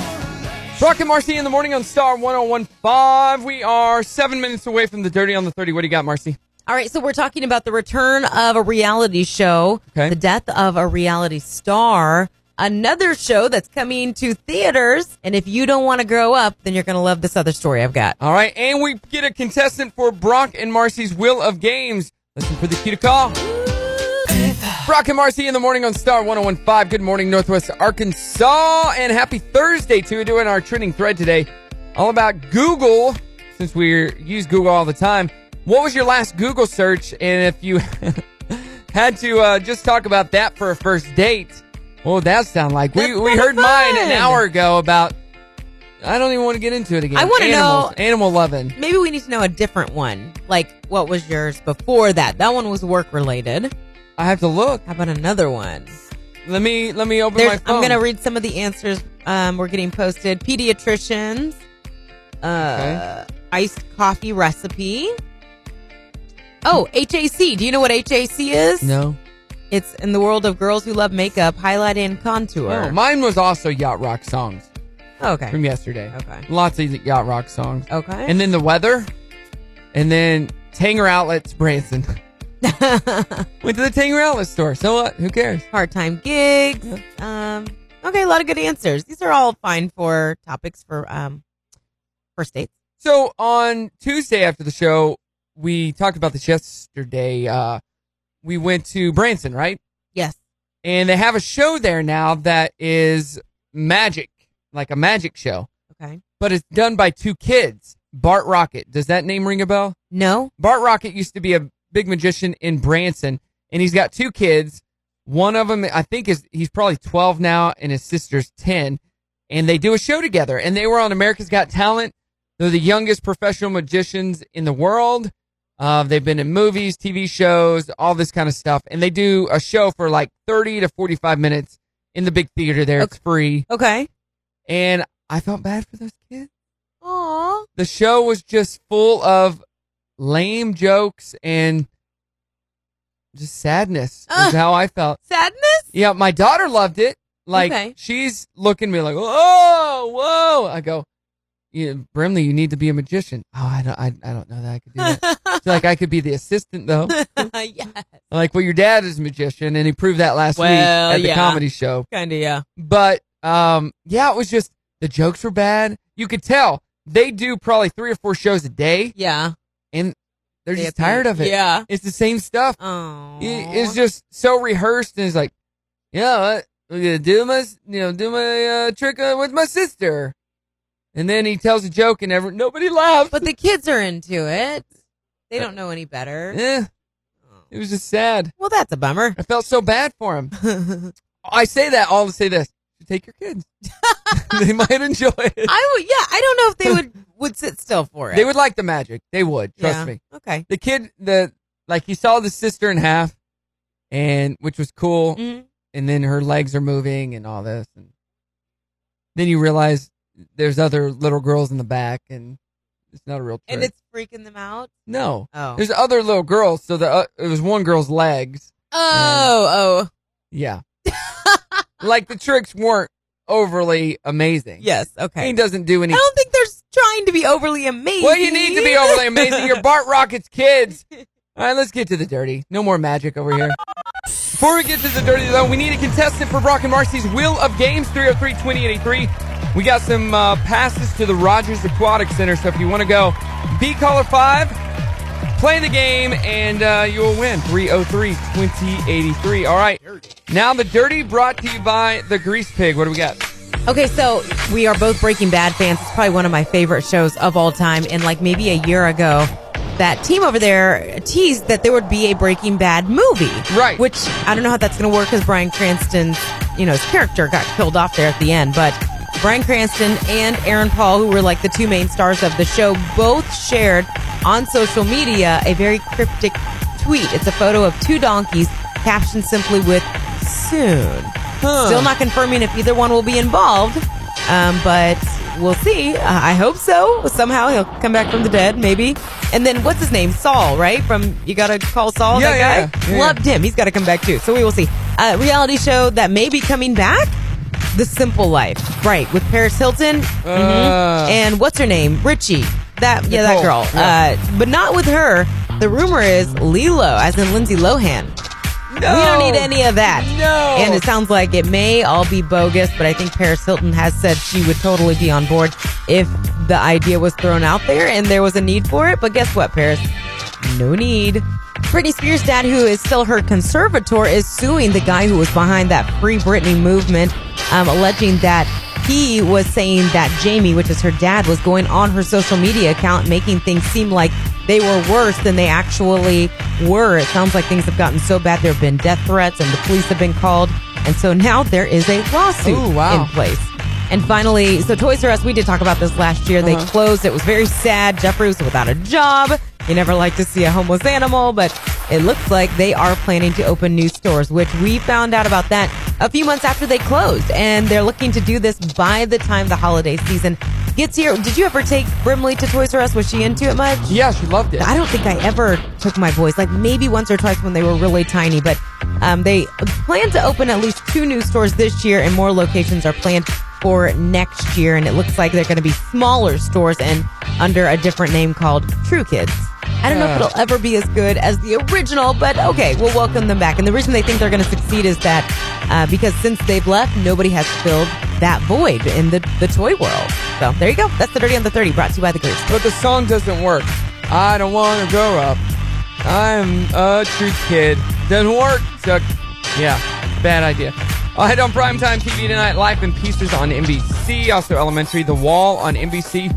[SPEAKER 2] Brock and Marcy in the morning on Star 1015. We are seven minutes away from the dirty on the 30. What do you got, Marcy?
[SPEAKER 3] All right, so we're talking about the return of a reality show,
[SPEAKER 2] Okay.
[SPEAKER 3] the death of a reality star, another show that's coming to theaters. And if you don't want to grow up, then you're going to love this other story I've got.
[SPEAKER 2] All right, and we get a contestant for Brock and Marcy's Wheel of Games. Listen for the cue to call. Brock and Marcy in the morning on Star 1015. Good morning, Northwest Arkansas, and happy Thursday to you. Doing our trending thread today, all about Google, since we use Google all the time. What was your last Google search? And if you *laughs* had to uh, just talk about that for a first date, what would that sound like? We,
[SPEAKER 3] That's
[SPEAKER 2] we
[SPEAKER 3] kinda
[SPEAKER 2] heard mine
[SPEAKER 3] fun.
[SPEAKER 2] an hour ago about. I don't even want to get into it again.
[SPEAKER 3] I wanna
[SPEAKER 2] Animals,
[SPEAKER 3] know-
[SPEAKER 2] animal loving.
[SPEAKER 3] Maybe we need to know a different one. Like, what was yours before that? That one was work related.
[SPEAKER 2] I have to look.
[SPEAKER 3] How about another one?
[SPEAKER 2] Let me let me open
[SPEAKER 3] There's-
[SPEAKER 2] my phone.
[SPEAKER 3] I'm going to read some of the answers um, we're getting posted. Pediatricians, uh, iced coffee recipe. Oh, HAC. Do you know what HAC is?
[SPEAKER 2] no.
[SPEAKER 3] It's in the world of girls who love makeup, highlight and contour.
[SPEAKER 2] Oh, mine was also yacht rock songs
[SPEAKER 3] okay.
[SPEAKER 2] from yesterday.
[SPEAKER 3] Okay.
[SPEAKER 2] Lots of yacht rock songs.
[SPEAKER 3] Okay.
[SPEAKER 2] And then the weather, and then Tanger Outlets Branson. *laughs*
[SPEAKER 3] *laughs*
[SPEAKER 2] Went to the Tanger Outlet store. So what? Who cares?
[SPEAKER 3] Part-time gigs. Um, okay, a lot of good answers. These are all fine for topics for um, first dates.
[SPEAKER 2] So on Tuesday after the show, we talked about this yesterday. Uh, we went to Branson, right?
[SPEAKER 3] Yes.
[SPEAKER 2] and they have a show there now that is magic, like a magic show,
[SPEAKER 3] Okay.
[SPEAKER 2] but it's done by two kids. Bart Rocket. Does that name ring a bell?
[SPEAKER 3] No.
[SPEAKER 2] Bart Rocket used to be a big magician in Branson, and he's got two kids. One of them, I think, is he's probably 12 now, and his sister's 10. And they do a show together, and they were on America's Got Talent. They're the youngest professional magicians in the world. Uh, they've been in movies, TV shows, all this kind of stuff. And they do a show for like 30 to 45 minutes in the big theater there. It's free.
[SPEAKER 3] Okay.
[SPEAKER 2] And I felt bad for those kids
[SPEAKER 3] Aw.
[SPEAKER 2] the show was just full of lame jokes and just sadness
[SPEAKER 3] Ugh.
[SPEAKER 2] is how I felt.
[SPEAKER 3] Sadness?
[SPEAKER 2] Yeah, my daughter loved it. Like
[SPEAKER 3] Okay.
[SPEAKER 2] she's looking at me like, oh, whoa. I go, yeah, Brimley, you need to be a magician. Oh, I don't, I, I don't know that I could do
[SPEAKER 3] *laughs*
[SPEAKER 2] that. She's like, I could be the assistant though.
[SPEAKER 3] yeah.
[SPEAKER 2] I'm like, well, your dad is a magician, and he proved that last week
[SPEAKER 3] Well,
[SPEAKER 2] at the
[SPEAKER 3] yeah.
[SPEAKER 2] comedy show.
[SPEAKER 3] Kind of, yeah.
[SPEAKER 2] But um, yeah, it was just the jokes were bad. You could tell they do probably three or four shows a day
[SPEAKER 3] Yeah.
[SPEAKER 2] and they're
[SPEAKER 3] They
[SPEAKER 2] just
[SPEAKER 3] appear-
[SPEAKER 2] tired of it.
[SPEAKER 3] Yeah.
[SPEAKER 2] It's the same stuff.
[SPEAKER 3] Oh.
[SPEAKER 2] I- It's just so rehearsed, and it's like, yeah, what? we're gonna do my, s- you know, do my uh, trick uh, with my sister, and then he tells a joke, and every nobody laughs.
[SPEAKER 3] But the kids are into it. They don't know any better.
[SPEAKER 2] Eh, it was just sad.
[SPEAKER 3] Well, that's
[SPEAKER 2] *laughs*
[SPEAKER 3] a bummer.
[SPEAKER 2] I felt so bad for him. I say that all to say this: take your
[SPEAKER 3] *laughs*
[SPEAKER 2] kids; *laughs* they might enjoy it.
[SPEAKER 3] I would, yeah, I don't know if they would would sit still for it.
[SPEAKER 2] They would like the magic. They would trust
[SPEAKER 3] Yeah.
[SPEAKER 2] me.
[SPEAKER 3] Okay.
[SPEAKER 2] The kid, the like, he saw the sister in half, and which was cool.
[SPEAKER 3] Mhm.
[SPEAKER 2] and then her legs are moving and all this and then you realize there's other little girls in the back and it's not a real trick.
[SPEAKER 3] And it's freaking them out.
[SPEAKER 2] no
[SPEAKER 3] Oh.
[SPEAKER 2] there's other little girls so the uh, it was one girl's legs
[SPEAKER 3] oh, oh. *laughs*
[SPEAKER 2] yeah like the tricks weren't overly amazing
[SPEAKER 3] Yes. Okay.
[SPEAKER 2] he doesn't do
[SPEAKER 3] I
[SPEAKER 2] any
[SPEAKER 3] don't think they're s- trying to be overly amazing.
[SPEAKER 2] well you need to be overly amazing you're bart rocket's kids all right let's get to the dirty no more magic over here Before we get to the dirty though, we need a contestant for Brock and Marcy's Wheel of Games 303-2083. We got some uh, passes to the Rogers Aquatic Center, so if you want to go, be caller five, play the game, and uh, you'll win 303-2083. All right, now the dirty brought to you by the Grease Pig. What do we got?
[SPEAKER 3] *laughs* Okay, so we are both Breaking Bad fans. It's probably one of my favorite shows of all time. And like maybe a year ago, that team over there teased that there would be a Breaking Bad movie. Right. Which I don't know how that's going to work because Brian Cranston's, you know, his character got killed off there at the end. But Brian Cranston and Aaron Paul, who were like the two main stars of the show, both shared on social media a very cryptic tweet. It's a photo of two donkeys captioned simply with soon. Still not confirming if either one will be involved, um, but we'll see. Uh, I hope so. Somehow he'll come back from the dead, maybe. And then what's his name? Saul, right? From You Gotta Call Saul,
[SPEAKER 2] Yeah,
[SPEAKER 3] that
[SPEAKER 2] yeah,
[SPEAKER 3] guy?
[SPEAKER 2] yeah, yeah.
[SPEAKER 3] Loved him. He's gotta come back too. So we will see. Uh, reality show that may be coming back? The Simple Life. Right, with Paris Hilton.
[SPEAKER 2] Uh,
[SPEAKER 3] Mhm. And what's her name? Richie. That yeah, that
[SPEAKER 11] Nicole,
[SPEAKER 3] girl.
[SPEAKER 11] yeah.
[SPEAKER 3] Uh, but not with her. The rumor is Lilo, as in Lindsay Lohan. We don't need any of that.
[SPEAKER 2] No.
[SPEAKER 3] And it sounds like it may all be bogus, but I think Paris Hilton has said she would totally be on board if the idea was thrown out there and there was a need for it. But guess what, Paris? No need. Britney Spears' dad, who is still her conservator, is suing the guy who was behind that Free Britney movement, um, alleging that he was saying that Jamie, which is her dad, was going on her social media account making things seem like they were worse than they actually were. It sounds like things have gotten so bad there have been death threats and the police have been called. And so now there is a lawsuit
[SPEAKER 2] Ooh, wow.
[SPEAKER 3] in place. And finally, so Toys R Us, we did talk about this last year. They
[SPEAKER 2] Uh-huh.
[SPEAKER 3] closed. It was very sad. Jeffrey was without a job. You never like to see a homeless animal, but it looks like they are planning to open new stores, which we found out about that a few months after they closed. And they're looking to do this by the time the holiday season gets here. Did you ever take Brimley to Toys R Us? Was she into it much?
[SPEAKER 2] Yeah, she loved it.
[SPEAKER 3] I don't think I ever took my boys, like maybe once or twice when they were really tiny, but um, they plan to open at least two new stores this year and more locations are planned for next year. And it looks like they're going to be smaller stores and under a different name called True Kids. I don't know if
[SPEAKER 11] Yeah.
[SPEAKER 3] it'll ever be as good as the original, but okay, we'll welcome them back. And the reason they think they're going to succeed is that uh, because since they've left, nobody has filled that void in the, the toy world. So there you go. That's the Dirty on the 30 brought to you by The Grease.
[SPEAKER 2] But the song doesn't work. I don't want to grow up. I'm a true kid. Doesn't work. Suck. Yeah, bad idea. Ahead on primetime TV tonight, Life in Pieces on NBC. Also Elementary, The Wall on NBC.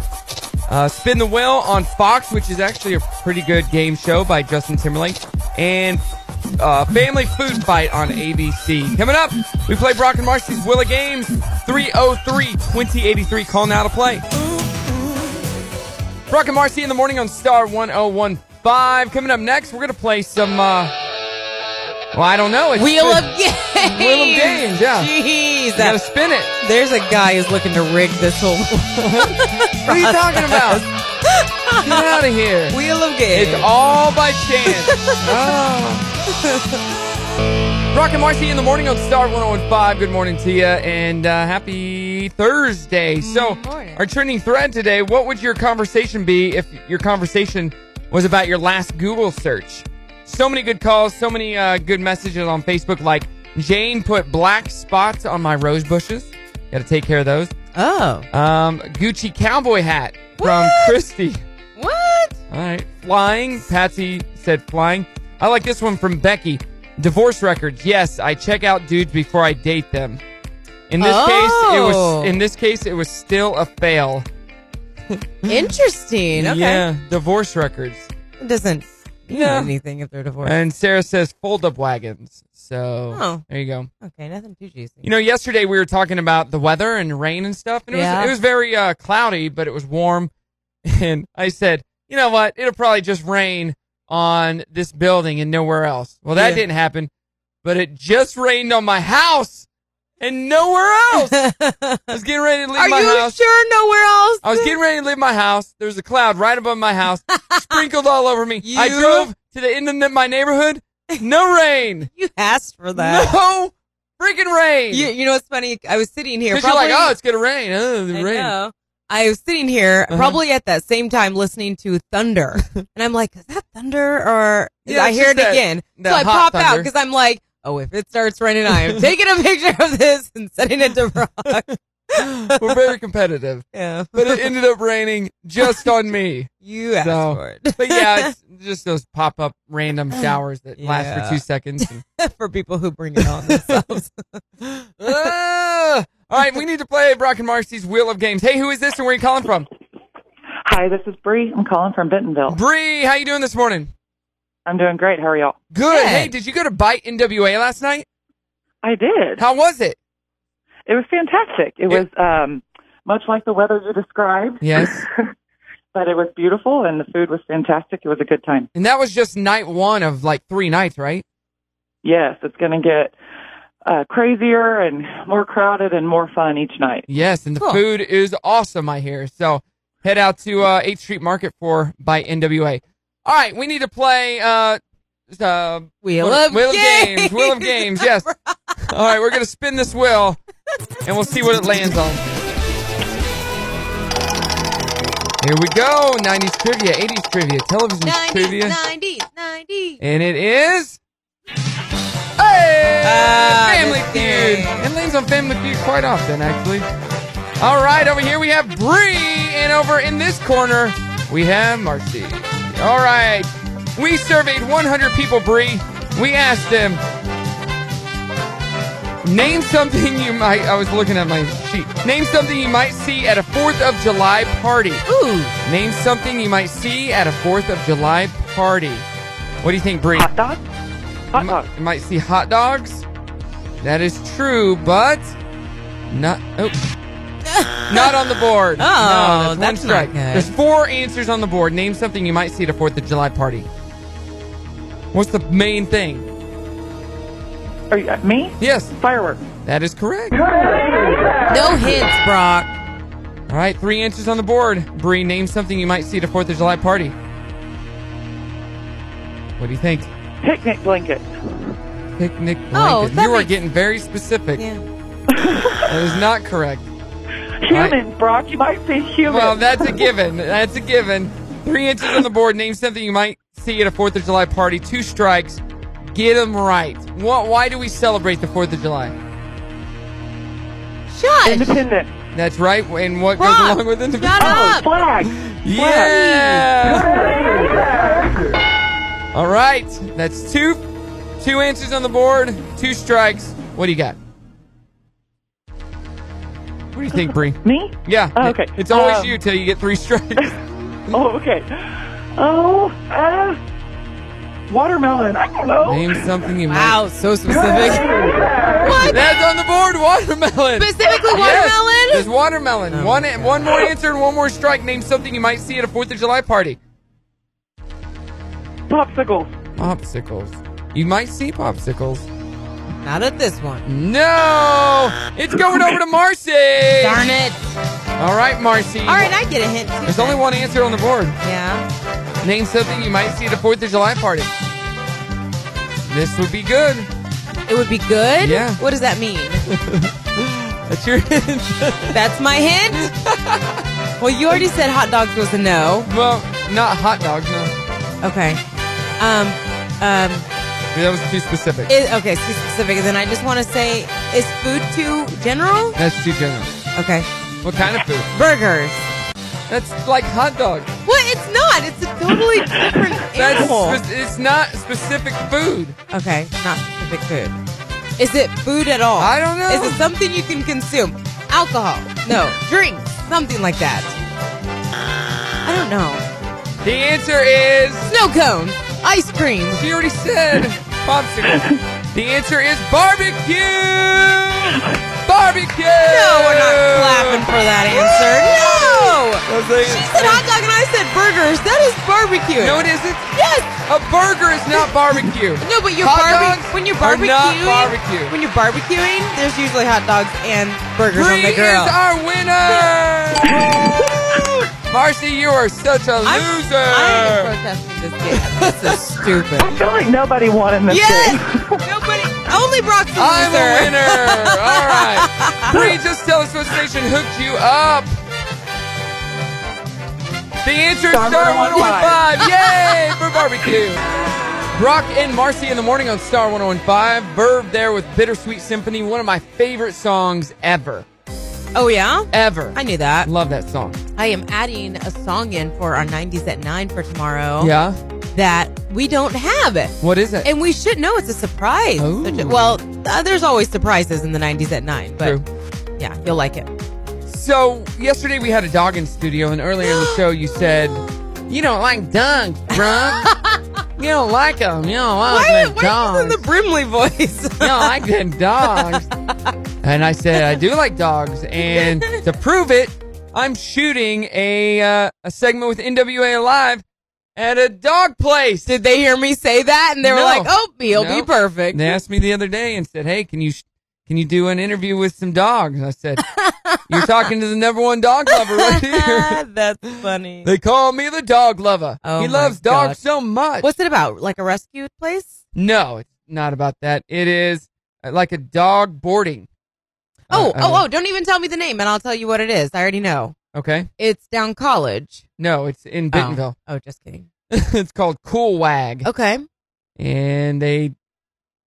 [SPEAKER 2] Uh, Spin the Wheel on Fox, which is actually a pretty good game show by Justin Timberlake. And uh, Family Food Fight on ABC. Coming up, we play Brock and Marcy's Wheel of Games. 303-2083. Call now to play. Brock and Marcy in the morning on Star 1015. Coming up next, we're going to play some, uh, well, I don't know. It's
[SPEAKER 3] Wheel
[SPEAKER 2] spin- *laughs*
[SPEAKER 3] of Games.
[SPEAKER 2] Wheel of Games, yeah.
[SPEAKER 3] Jeez.
[SPEAKER 2] You gotta spin it.
[SPEAKER 3] There's a guy who's looking to rig this whole. *laughs* what
[SPEAKER 2] are *laughs* you talking about? Get out of here.
[SPEAKER 3] Wheel of Games.
[SPEAKER 2] It's all by chance. oh. Brock and Marcy in the morning on Star 1015. Good morning to you and uh, happy Thursday. So, our trending thread today what would your conversation be if your conversation was about your last Google search? So many good calls, so many uh, good messages on Facebook, like Jane put black spots on my rose bushes. Got to take care of those.
[SPEAKER 3] Oh.
[SPEAKER 2] Um, Gucci cowboy hat from Christy.
[SPEAKER 3] What?
[SPEAKER 2] All right. Flying. Patsy said flying. I like this one from Becky. Divorce records. Yes, I check out dudes before I date them. In this case, it
[SPEAKER 3] Oh.
[SPEAKER 2] was in this case it was still a fail.
[SPEAKER 3] Interesting. Okay.
[SPEAKER 2] Mm-hmm. Yeah, divorce records.
[SPEAKER 3] It doesn't mean
[SPEAKER 2] Yeah.
[SPEAKER 3] anything if they're divorced.
[SPEAKER 2] And Sarah says fold up wagons. So
[SPEAKER 3] Oh.
[SPEAKER 2] there you go.
[SPEAKER 3] okay, nothing too juicy.
[SPEAKER 2] You
[SPEAKER 3] *laughs*
[SPEAKER 2] know, yesterday we were talking about the weather and rain and stuff, and it
[SPEAKER 3] Yeah.
[SPEAKER 2] was it was very uh, cloudy, but it was warm. *laughs* And I said, you know what? It'll probably just rain on this building and nowhere else. Well, that
[SPEAKER 3] Yeah.
[SPEAKER 2] didn't happen, but it just rained on my house and nowhere else. I was getting ready to leave
[SPEAKER 3] Are
[SPEAKER 2] my
[SPEAKER 3] you
[SPEAKER 2] house.
[SPEAKER 3] sure nowhere else?
[SPEAKER 2] I was getting ready to leave my house. There was a cloud right above my house, sprinkled all over me. I
[SPEAKER 3] You-
[SPEAKER 2] drove to the end of n- my neighborhood. No rain.
[SPEAKER 3] You asked for that.
[SPEAKER 2] No freaking rain.
[SPEAKER 3] You, you know what's funny? I was sitting here.
[SPEAKER 2] Because you're like,
[SPEAKER 3] probably-
[SPEAKER 2] oh, it's gonna rain. Oh, the
[SPEAKER 3] I
[SPEAKER 2] rain.
[SPEAKER 3] know. I was sitting here
[SPEAKER 2] Uh-huh.
[SPEAKER 3] probably at that same time listening to
[SPEAKER 2] *laughs*
[SPEAKER 3] thunder, and I'm like, "Is that thunder?" Or
[SPEAKER 2] Yeah,
[SPEAKER 3] I
[SPEAKER 2] it's
[SPEAKER 3] hear it
[SPEAKER 2] just that-
[SPEAKER 3] again,
[SPEAKER 2] that
[SPEAKER 3] so I
[SPEAKER 2] hot
[SPEAKER 3] pop out
[SPEAKER 2] thunder.
[SPEAKER 3] because I'm like, "Oh, if it starts raining,
[SPEAKER 2] *laughs*
[SPEAKER 3] I am taking a picture of this and sending it to Brock."
[SPEAKER 2] We're very competitive,
[SPEAKER 3] *laughs* yeah,
[SPEAKER 2] but it ended up raining just on
[SPEAKER 3] *laughs*
[SPEAKER 2] me.
[SPEAKER 3] you asked
[SPEAKER 2] So-
[SPEAKER 3] for it
[SPEAKER 2] But yeah, it's just those pop up
[SPEAKER 3] *sighs*
[SPEAKER 2] random showers that last
[SPEAKER 3] Yeah. *laughs*
[SPEAKER 2] for two seconds. And, *laughs*
[SPEAKER 3] for people who bring it on themselves.
[SPEAKER 2] Ah! All right, we need to play Brock and Marcy's Wheel of Games. Hey, who is this and where are you calling from?
[SPEAKER 11] Hi, this is Bree. I'm calling from Bentonville.
[SPEAKER 2] Bree, how you doing this morning?
[SPEAKER 11] I'm doing great. How are y'all?
[SPEAKER 2] Good. Hey, did you go to Bite NWA last night?
[SPEAKER 11] I did.
[SPEAKER 2] How was it?
[SPEAKER 11] It was fantastic. It was um, much like the weather you described.
[SPEAKER 2] Yes.
[SPEAKER 11] but it was beautiful and the food was fantastic. It was a good time.
[SPEAKER 2] And that was just night one of like three nights, right?
[SPEAKER 11] Yes, it's going to get uh, crazier and more crowded and more fun each night.
[SPEAKER 2] Yes, and the
[SPEAKER 11] Cool.
[SPEAKER 2] food is awesome, I hear. So head out to uh, 8th Street Market for by NWA. All right, we need to play uh, uh,
[SPEAKER 3] Wheel of
[SPEAKER 2] Wheel
[SPEAKER 3] Games.
[SPEAKER 2] Games. Wheel of
[SPEAKER 3] *laughs*
[SPEAKER 2] Games, yes. All right, we're going to spin this wheel, and we'll see what it lands on. Here we go. 90s trivia, 80s trivia, television trivia.
[SPEAKER 3] 90s, 90s.
[SPEAKER 2] And it is. Hey! Family Feud!
[SPEAKER 3] this
[SPEAKER 2] It lands on Family Feud quite often, actually. All right, over here we have Bree, and over in this corner we have Marcy. All right, we surveyed 100 people, Bree. We asked them, name something you might. I was looking at my sheet. Name something you might see at a Fourth of July party.
[SPEAKER 3] Ooh.
[SPEAKER 2] Name something you might see at a Fourth of July party. What do you think, Bree? Hot
[SPEAKER 11] dogs.
[SPEAKER 2] Hot dogs. You might see hot dogs. That is true, but not.
[SPEAKER 3] *laughs*
[SPEAKER 2] Oh. Not on the board. no,
[SPEAKER 3] Oh, that's
[SPEAKER 2] one
[SPEAKER 3] not
[SPEAKER 2] strike.
[SPEAKER 3] good.
[SPEAKER 2] There's four answers on the board. Name something you might see at a Fourth of July party. What's the main thing?
[SPEAKER 11] Are you, uh, me?
[SPEAKER 2] Yes.
[SPEAKER 11] Fireworks.
[SPEAKER 2] That is correct.
[SPEAKER 3] No hints, Brock.
[SPEAKER 2] All right, three answers on the board. Bree, name something you might see at a Fourth of July party. What do you think?
[SPEAKER 11] Picnic blanket.
[SPEAKER 2] Picnic blanket.
[SPEAKER 11] Oh, that
[SPEAKER 2] you are
[SPEAKER 11] makes-
[SPEAKER 2] getting very specific. that is not correct.
[SPEAKER 11] Humans, Brock. You might see humans.
[SPEAKER 2] Well, that's a given. That's a given. Three inches on the board. Name something you might see at a Fourth of July party. Two strikes. Get them right. What, why do we celebrate the Fourth of July?
[SPEAKER 3] Shut.
[SPEAKER 11] Independent.
[SPEAKER 2] That's right. And what goes
[SPEAKER 3] Brock,
[SPEAKER 2] along with it?
[SPEAKER 3] shut Oh, up.
[SPEAKER 11] flag.
[SPEAKER 2] Yeah. All right. That's two. Two answers on the board. Two strikes. What do you got? What do you think,
[SPEAKER 11] *laughs*
[SPEAKER 2] Bree?
[SPEAKER 11] Me?
[SPEAKER 2] Yeah.
[SPEAKER 11] Oh, okay.
[SPEAKER 2] It's always
[SPEAKER 11] Um,
[SPEAKER 2] you till you get three
[SPEAKER 11] *laughs*
[SPEAKER 2] strikes.
[SPEAKER 11] Oh, okay. Oh, uh, watermelon. I don't know.
[SPEAKER 2] Name something you
[SPEAKER 3] Wow, so specific. what?
[SPEAKER 2] That's on the board. Watermelon.
[SPEAKER 3] Specifically
[SPEAKER 2] Yes,
[SPEAKER 3] watermelon?
[SPEAKER 2] there's watermelon. One, one more answer and one more strike. Name something you might see at a Fourth of July party.
[SPEAKER 11] Popsicles.
[SPEAKER 2] Popsicles. You might see popsicles.
[SPEAKER 3] Not at this one.
[SPEAKER 2] No, it's going over to Marcy. Darn
[SPEAKER 3] it.
[SPEAKER 2] All right, Marcy.
[SPEAKER 3] All right, I get a hint. too.
[SPEAKER 2] There's only one answer on the board.
[SPEAKER 3] Yeah.
[SPEAKER 2] Name something you might see at a Fourth of July party. This would be good.
[SPEAKER 3] It would be good?
[SPEAKER 2] Yeah.
[SPEAKER 3] What does that mean?
[SPEAKER 2] That's your *laughs* hint.
[SPEAKER 3] That's my hint? *laughs* well, you already said hot dogs was a no.
[SPEAKER 2] Well, not hot dogs, no.
[SPEAKER 3] Okay. Um, um,
[SPEAKER 2] that was too specific.
[SPEAKER 3] it, okay, it's too specific. Then I just want to say, is food too general?
[SPEAKER 2] That's too general.
[SPEAKER 3] Okay.
[SPEAKER 2] What kind of food?
[SPEAKER 3] Burgers.
[SPEAKER 2] That's like hot dogs.
[SPEAKER 3] What? It's not. It's a totally different
[SPEAKER 2] *laughs* That's
[SPEAKER 3] animal.
[SPEAKER 2] spe- it's not specific food.
[SPEAKER 3] Okay, not specific food. Is it food at all? I
[SPEAKER 2] don't know.
[SPEAKER 3] Is it something you can consume? Alcohol? No. Drinks? Something like that. I don't know.
[SPEAKER 2] The answer is
[SPEAKER 3] snow cone, ice cream.
[SPEAKER 2] She already said
[SPEAKER 3] *laughs*
[SPEAKER 2] popsicle. the answer is barbecue. Barbecue. No,
[SPEAKER 3] we're not clapping for that answer. No.
[SPEAKER 2] She
[SPEAKER 3] said hot dog and I said burgers. That is barbecue.
[SPEAKER 2] *laughs* No, it isn't.
[SPEAKER 3] Yes.
[SPEAKER 2] A burger is not barbecue.
[SPEAKER 3] *laughs* No, but you're
[SPEAKER 2] Hot
[SPEAKER 3] barbe-
[SPEAKER 2] dogs
[SPEAKER 3] when you're
[SPEAKER 2] are
[SPEAKER 3] barbecuing.
[SPEAKER 2] not barbecue.
[SPEAKER 3] When you're barbecuing, there's usually hot dogs and burgers on the
[SPEAKER 2] Bree
[SPEAKER 3] grill.
[SPEAKER 2] is our
[SPEAKER 3] *laughs*
[SPEAKER 2] winner. Marcy, you are such a loser.
[SPEAKER 3] I am protesting this game. This is stupid.
[SPEAKER 11] I feel like nobody won in this
[SPEAKER 3] Yes!
[SPEAKER 11] game.
[SPEAKER 3] Nobody, only Brock's the
[SPEAKER 2] I'm
[SPEAKER 3] loser.
[SPEAKER 2] a winner. All right. Bree, just tell us what station hooked you up. The answer is
[SPEAKER 11] Star
[SPEAKER 2] Star
[SPEAKER 11] 115.
[SPEAKER 2] 115. Yay for barbecue. Brock and Marcy in the morning on Star 1015. Verb there with Bittersweet Symphony, one of my favorite songs ever.
[SPEAKER 3] Oh yeah,
[SPEAKER 2] ever.
[SPEAKER 3] I knew that.
[SPEAKER 2] Love that song.
[SPEAKER 3] I am adding a song in for our 90s at 9 for tomorrow.
[SPEAKER 2] Yeah.
[SPEAKER 3] That we don't have it.
[SPEAKER 2] What is it?
[SPEAKER 3] And we should
[SPEAKER 2] Oh.
[SPEAKER 3] know it's a surprise. Such a- well, uh, there's always surprises in the 90s at 9, but yeah, You'll like it.
[SPEAKER 2] So yesterday we had a dog in studio, and earlier in the show you said you don't like dogs, *laughs* bruh. you don't like them. You don't like
[SPEAKER 3] Why-
[SPEAKER 2] them
[SPEAKER 3] why is
[SPEAKER 2] dogs.
[SPEAKER 3] this in the Brimley voice? *laughs*
[SPEAKER 2] you don't like them *laughs* dogs. and I said I do like dogs, *laughs* and to prove it, I'm shooting a uh, a segment with NWA Live at a dog place.
[SPEAKER 3] Did they hear me say that? And they were like, "Oh, he'll be perfect."
[SPEAKER 2] They *laughs* asked me the other day and said, "Hey, can you can you do an interview with some dogs?" I
[SPEAKER 3] *laughs*
[SPEAKER 2] said, "You're talking to the number one dog lover right
[SPEAKER 3] *laughs*
[SPEAKER 2] here."
[SPEAKER 3] *laughs* That's funny.
[SPEAKER 2] They call me the dog lover.
[SPEAKER 3] Oh
[SPEAKER 2] he
[SPEAKER 3] my
[SPEAKER 2] loves dogs
[SPEAKER 3] God.
[SPEAKER 2] so much.
[SPEAKER 3] What's it about? Like a rescue place?
[SPEAKER 2] No, it's not about that. It is uh, like a dog boarding.
[SPEAKER 3] Oh,
[SPEAKER 2] Uh,
[SPEAKER 3] oh,
[SPEAKER 2] uh,
[SPEAKER 3] oh! Don't even tell me the name, and I'll tell you what it is. I already know.
[SPEAKER 2] Okay.
[SPEAKER 3] It's down college.
[SPEAKER 2] No, it's in Bentonville. *laughs*
[SPEAKER 3] Oh, just kidding.
[SPEAKER 2] it's called Cool Wag.
[SPEAKER 3] Okay.
[SPEAKER 2] And they,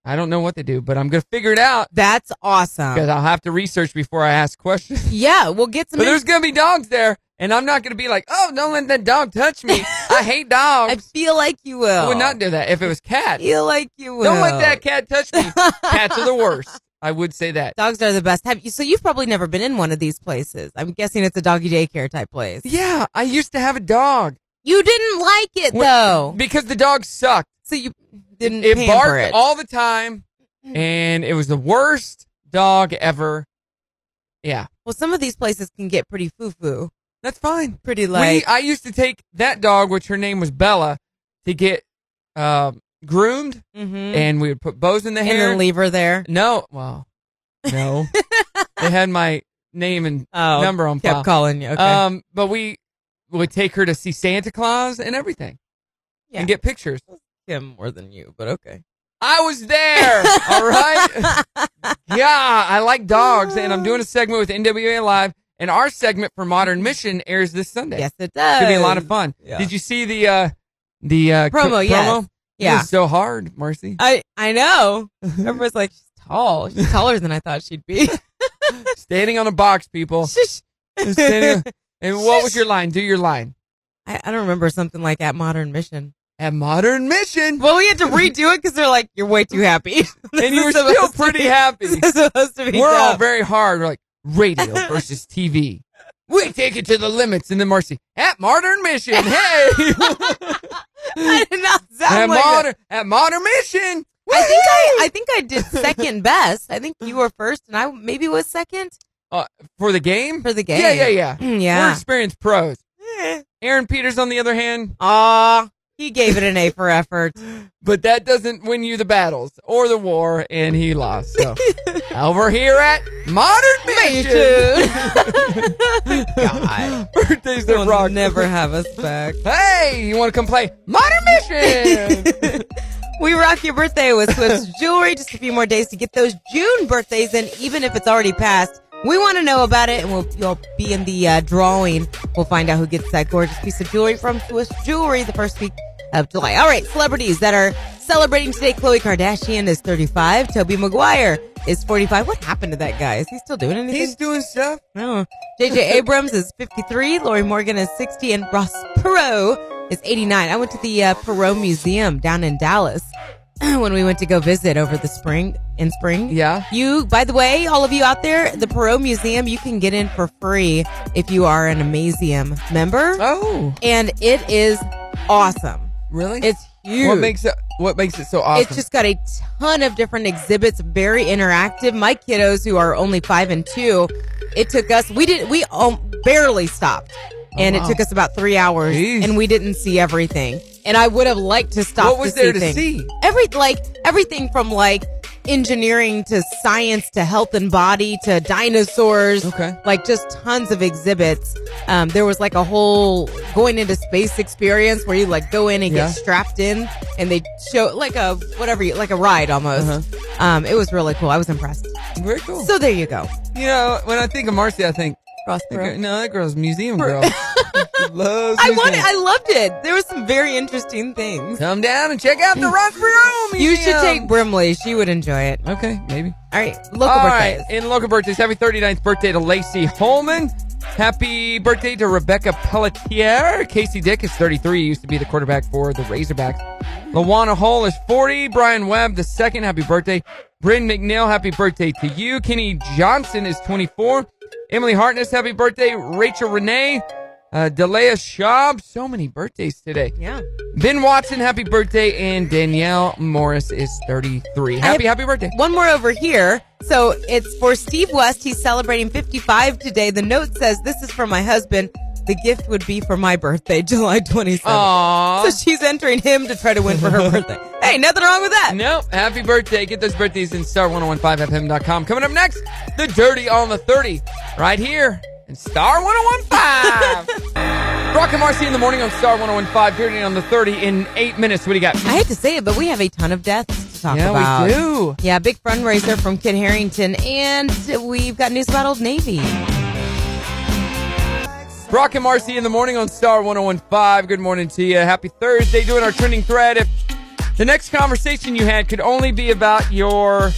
[SPEAKER 2] I don't know what they do, but I'm going to figure it out.
[SPEAKER 3] That's awesome.
[SPEAKER 2] because I'll have to research before I ask questions.
[SPEAKER 3] Yeah, we'll get some.
[SPEAKER 2] But there's going to be dogs there, and I'm not going to be like, oh, don't let that dog touch me.
[SPEAKER 3] *laughs*
[SPEAKER 2] I hate dogs. I
[SPEAKER 3] feel like you will.
[SPEAKER 2] I would not do that if it was cats.
[SPEAKER 3] feel like you will.
[SPEAKER 2] Don't let that cat touch me. cats are the
[SPEAKER 3] *laughs*
[SPEAKER 2] worst. I would say that.
[SPEAKER 3] Dogs are the best. Have you? So you've probably never been in one of these places. I'm guessing it's a doggy daycare type place.
[SPEAKER 2] Yeah, I used to have a dog.
[SPEAKER 3] You didn't like it
[SPEAKER 2] Wh-
[SPEAKER 3] though.
[SPEAKER 2] Because the dog sucked.
[SPEAKER 3] So you didn't
[SPEAKER 2] It
[SPEAKER 3] pamper
[SPEAKER 2] barked
[SPEAKER 3] it. Mm-hmm.
[SPEAKER 2] all the time, and it was the worst dog ever. Yeah.
[SPEAKER 3] Well, some of these places can get pretty foo foo.
[SPEAKER 2] That's fine.
[SPEAKER 3] Pretty
[SPEAKER 2] we,
[SPEAKER 3] like.
[SPEAKER 2] I used to take that dog, which her name was Bella, to get uh, groomed,
[SPEAKER 3] Mhm.
[SPEAKER 2] and we would put bows in the
[SPEAKER 3] and
[SPEAKER 2] hair.
[SPEAKER 3] then leave her there.
[SPEAKER 2] No, well, no. they had my name and
[SPEAKER 3] Oh,
[SPEAKER 2] number on
[SPEAKER 3] kept
[SPEAKER 2] file.
[SPEAKER 3] calling you. Okay.
[SPEAKER 2] Um, but we would take her to see Santa Claus and everything, and get pictures.
[SPEAKER 3] Him more than you, but okay.
[SPEAKER 2] I was
[SPEAKER 3] *laughs*
[SPEAKER 2] there. all right. yeah, I like dogs, and I'm doing a segment with NWA Live, and our segment for Modern Mission airs this Sunday.
[SPEAKER 3] Yes, it does.
[SPEAKER 2] It's gonna be a lot of fun.
[SPEAKER 3] Yeah.
[SPEAKER 2] Did you see the uh the uh co-
[SPEAKER 3] Promo, yes.
[SPEAKER 2] promo? It
[SPEAKER 3] Yeah.
[SPEAKER 2] was so hard,
[SPEAKER 3] *laughs*
[SPEAKER 2] Marcy.
[SPEAKER 3] I I *laughs* know. Everyone's like, she's tall. She's taller than I thought she'd *laughs* be.
[SPEAKER 2] Standing on a box, people.
[SPEAKER 3] *laughs*
[SPEAKER 2] Standing on- and what was your line? Do your line.
[SPEAKER 3] I, I don't remember something like at Modern Mission.
[SPEAKER 2] At Modern Mission.
[SPEAKER 3] Well, we had to redo it because they're like, you're way too happy. *laughs*
[SPEAKER 2] And you were still pretty happy.
[SPEAKER 3] supposed to be
[SPEAKER 2] We're all
[SPEAKER 3] *laughs* tough.
[SPEAKER 2] very hard. We're like radio
[SPEAKER 3] *laughs*
[SPEAKER 2] versus TV. We take it to the limits, and then Marcy at Modern
[SPEAKER 3] *laughs*
[SPEAKER 2] Mission. Hey,
[SPEAKER 3] I did not sound
[SPEAKER 2] at
[SPEAKER 3] like that.
[SPEAKER 2] Modern at Modern Mission.
[SPEAKER 3] I think I, I think I did second best. I think you were first, and I maybe was second.
[SPEAKER 2] Uh, for the game?
[SPEAKER 3] For the game. Mm,
[SPEAKER 2] Yeah, yeah, yeah.
[SPEAKER 3] Yeah. Eh.
[SPEAKER 2] We're experienced pros. Aaron Peters, on the other hand,
[SPEAKER 3] ah, he gave it an A for effort.
[SPEAKER 2] But that doesn't win you the battles or the war, and he lost.
[SPEAKER 3] *laughs*
[SPEAKER 2] So over here at Modern Mission. God. *laughs* Birthdays that rock.
[SPEAKER 3] never have us back.
[SPEAKER 2] Hey, you want to come play Modern
[SPEAKER 3] *laughs*
[SPEAKER 2] Mission?
[SPEAKER 3] We rock your birthday with Swift's jewelry. Just a few more days to get those June birthdays in, even if it's already passed. We want to know about it, and we'll you'll be in the uh, drawing. We'll find out who gets that gorgeous piece of jewelry from Swiss Jewelry the first week of July. All right, celebrities that are celebrating today: Khloe Kardashian is 35, Toby Maguire is 45. What happened to that guy? Is he still doing anything?
[SPEAKER 2] He's doing stuff.
[SPEAKER 3] No. JJ Oh. Abrams is 53, Lori Morgan is 60, and Ross Perot is 89. I went to the uh, Perot Museum down in Dallas *clears throat* when we went to go visit over the spring, in spring.
[SPEAKER 2] Yeah.
[SPEAKER 3] You, by the way, all of you out there, the Perot Museum, you can get in for free if you are an Amazium member.
[SPEAKER 2] Oh.
[SPEAKER 3] And it is awesome.
[SPEAKER 2] Really?
[SPEAKER 3] It's huge.
[SPEAKER 2] What makes it? What makes it so awesome?
[SPEAKER 3] It's just got a ton of different exhibits, very interactive. My kiddos, who are only five and two, it took us we did we um, barely stopped, and
[SPEAKER 2] Oh, wow.
[SPEAKER 3] it took us about three hours,
[SPEAKER 2] Jeez.
[SPEAKER 3] and we didn't see everything. And I would have liked to stop.
[SPEAKER 2] What was there to
[SPEAKER 3] things.
[SPEAKER 2] see?
[SPEAKER 3] Every like everything from like engineering to science to health and body to dinosaurs.
[SPEAKER 2] Okay.
[SPEAKER 3] Like just tons of exhibits. Um, there was like a whole going into space experience where you like go in and
[SPEAKER 2] Yeah.
[SPEAKER 3] get strapped in and they show like a whatever you like a ride almost.
[SPEAKER 2] Uh-huh.
[SPEAKER 3] Um, it was really cool. I was impressed.
[SPEAKER 2] Very cool.
[SPEAKER 3] So Oh, there you go.
[SPEAKER 2] you know, when I think of Marcy, I think
[SPEAKER 3] Ross
[SPEAKER 2] that
[SPEAKER 3] Perot.
[SPEAKER 2] girl- No, that girl's a museum
[SPEAKER 3] *laughs*
[SPEAKER 2] girl. She loves.
[SPEAKER 3] I wanted
[SPEAKER 2] museums.
[SPEAKER 3] I loved it. There was some very interesting things.
[SPEAKER 2] Come down and check out the Ross Perot Museum.
[SPEAKER 3] You should take Brimley. She would enjoy it.
[SPEAKER 2] Okay, maybe.
[SPEAKER 3] All right. Local
[SPEAKER 2] All
[SPEAKER 3] birthdays.
[SPEAKER 2] right, in local birthdays, happy 39th birthday to Lacey Holman. Happy birthday to Rebecca Pelletier. Casey Dick is 33, used to be the quarterback for the Razorbacks. Lawana Hall is 40. Brian Webb, the second, happy birthday. Bryn McNeil, happy birthday to you. Kenny Johnson is 24. Emily Hartness, happy birthday. Rachel Renee, uh, Delia Schaub. So many birthdays today.
[SPEAKER 3] Yeah.
[SPEAKER 2] Ben Watson, happy birthday. And Danielle Morris is 33.
[SPEAKER 3] I
[SPEAKER 2] Happy,
[SPEAKER 3] have
[SPEAKER 2] happy birthday.
[SPEAKER 3] One more over here. So it's for Steve West. He's celebrating 55 today. The note says, This is for my husband. The gift would be for my birthday, *laughs* July 27th.
[SPEAKER 2] Aww.
[SPEAKER 3] So she's entering him to try to win
[SPEAKER 2] *laughs*
[SPEAKER 3] for her birthday. Hey, nothing wrong with that.
[SPEAKER 2] Nope. Happy birthday. Get those birthdays in star1015fm.com. Coming up next, the dirty on the 30, right here in Star 1015. Brock and Marcy in the morning on Star 1015, dirty on the 30 in eight minutes. What do you got?
[SPEAKER 3] I hate to say it, but we have a ton of deaths to talk
[SPEAKER 2] Yeah, we
[SPEAKER 3] about.
[SPEAKER 2] do.
[SPEAKER 3] Yeah, big fundraiser from Kid Harrington, and we've got news about Old Navy.
[SPEAKER 2] Brock and Marcy in the morning on Star 1015. Good morning to you. Happy Thursday. Doing our trending thread. If the next conversation you had could only be about your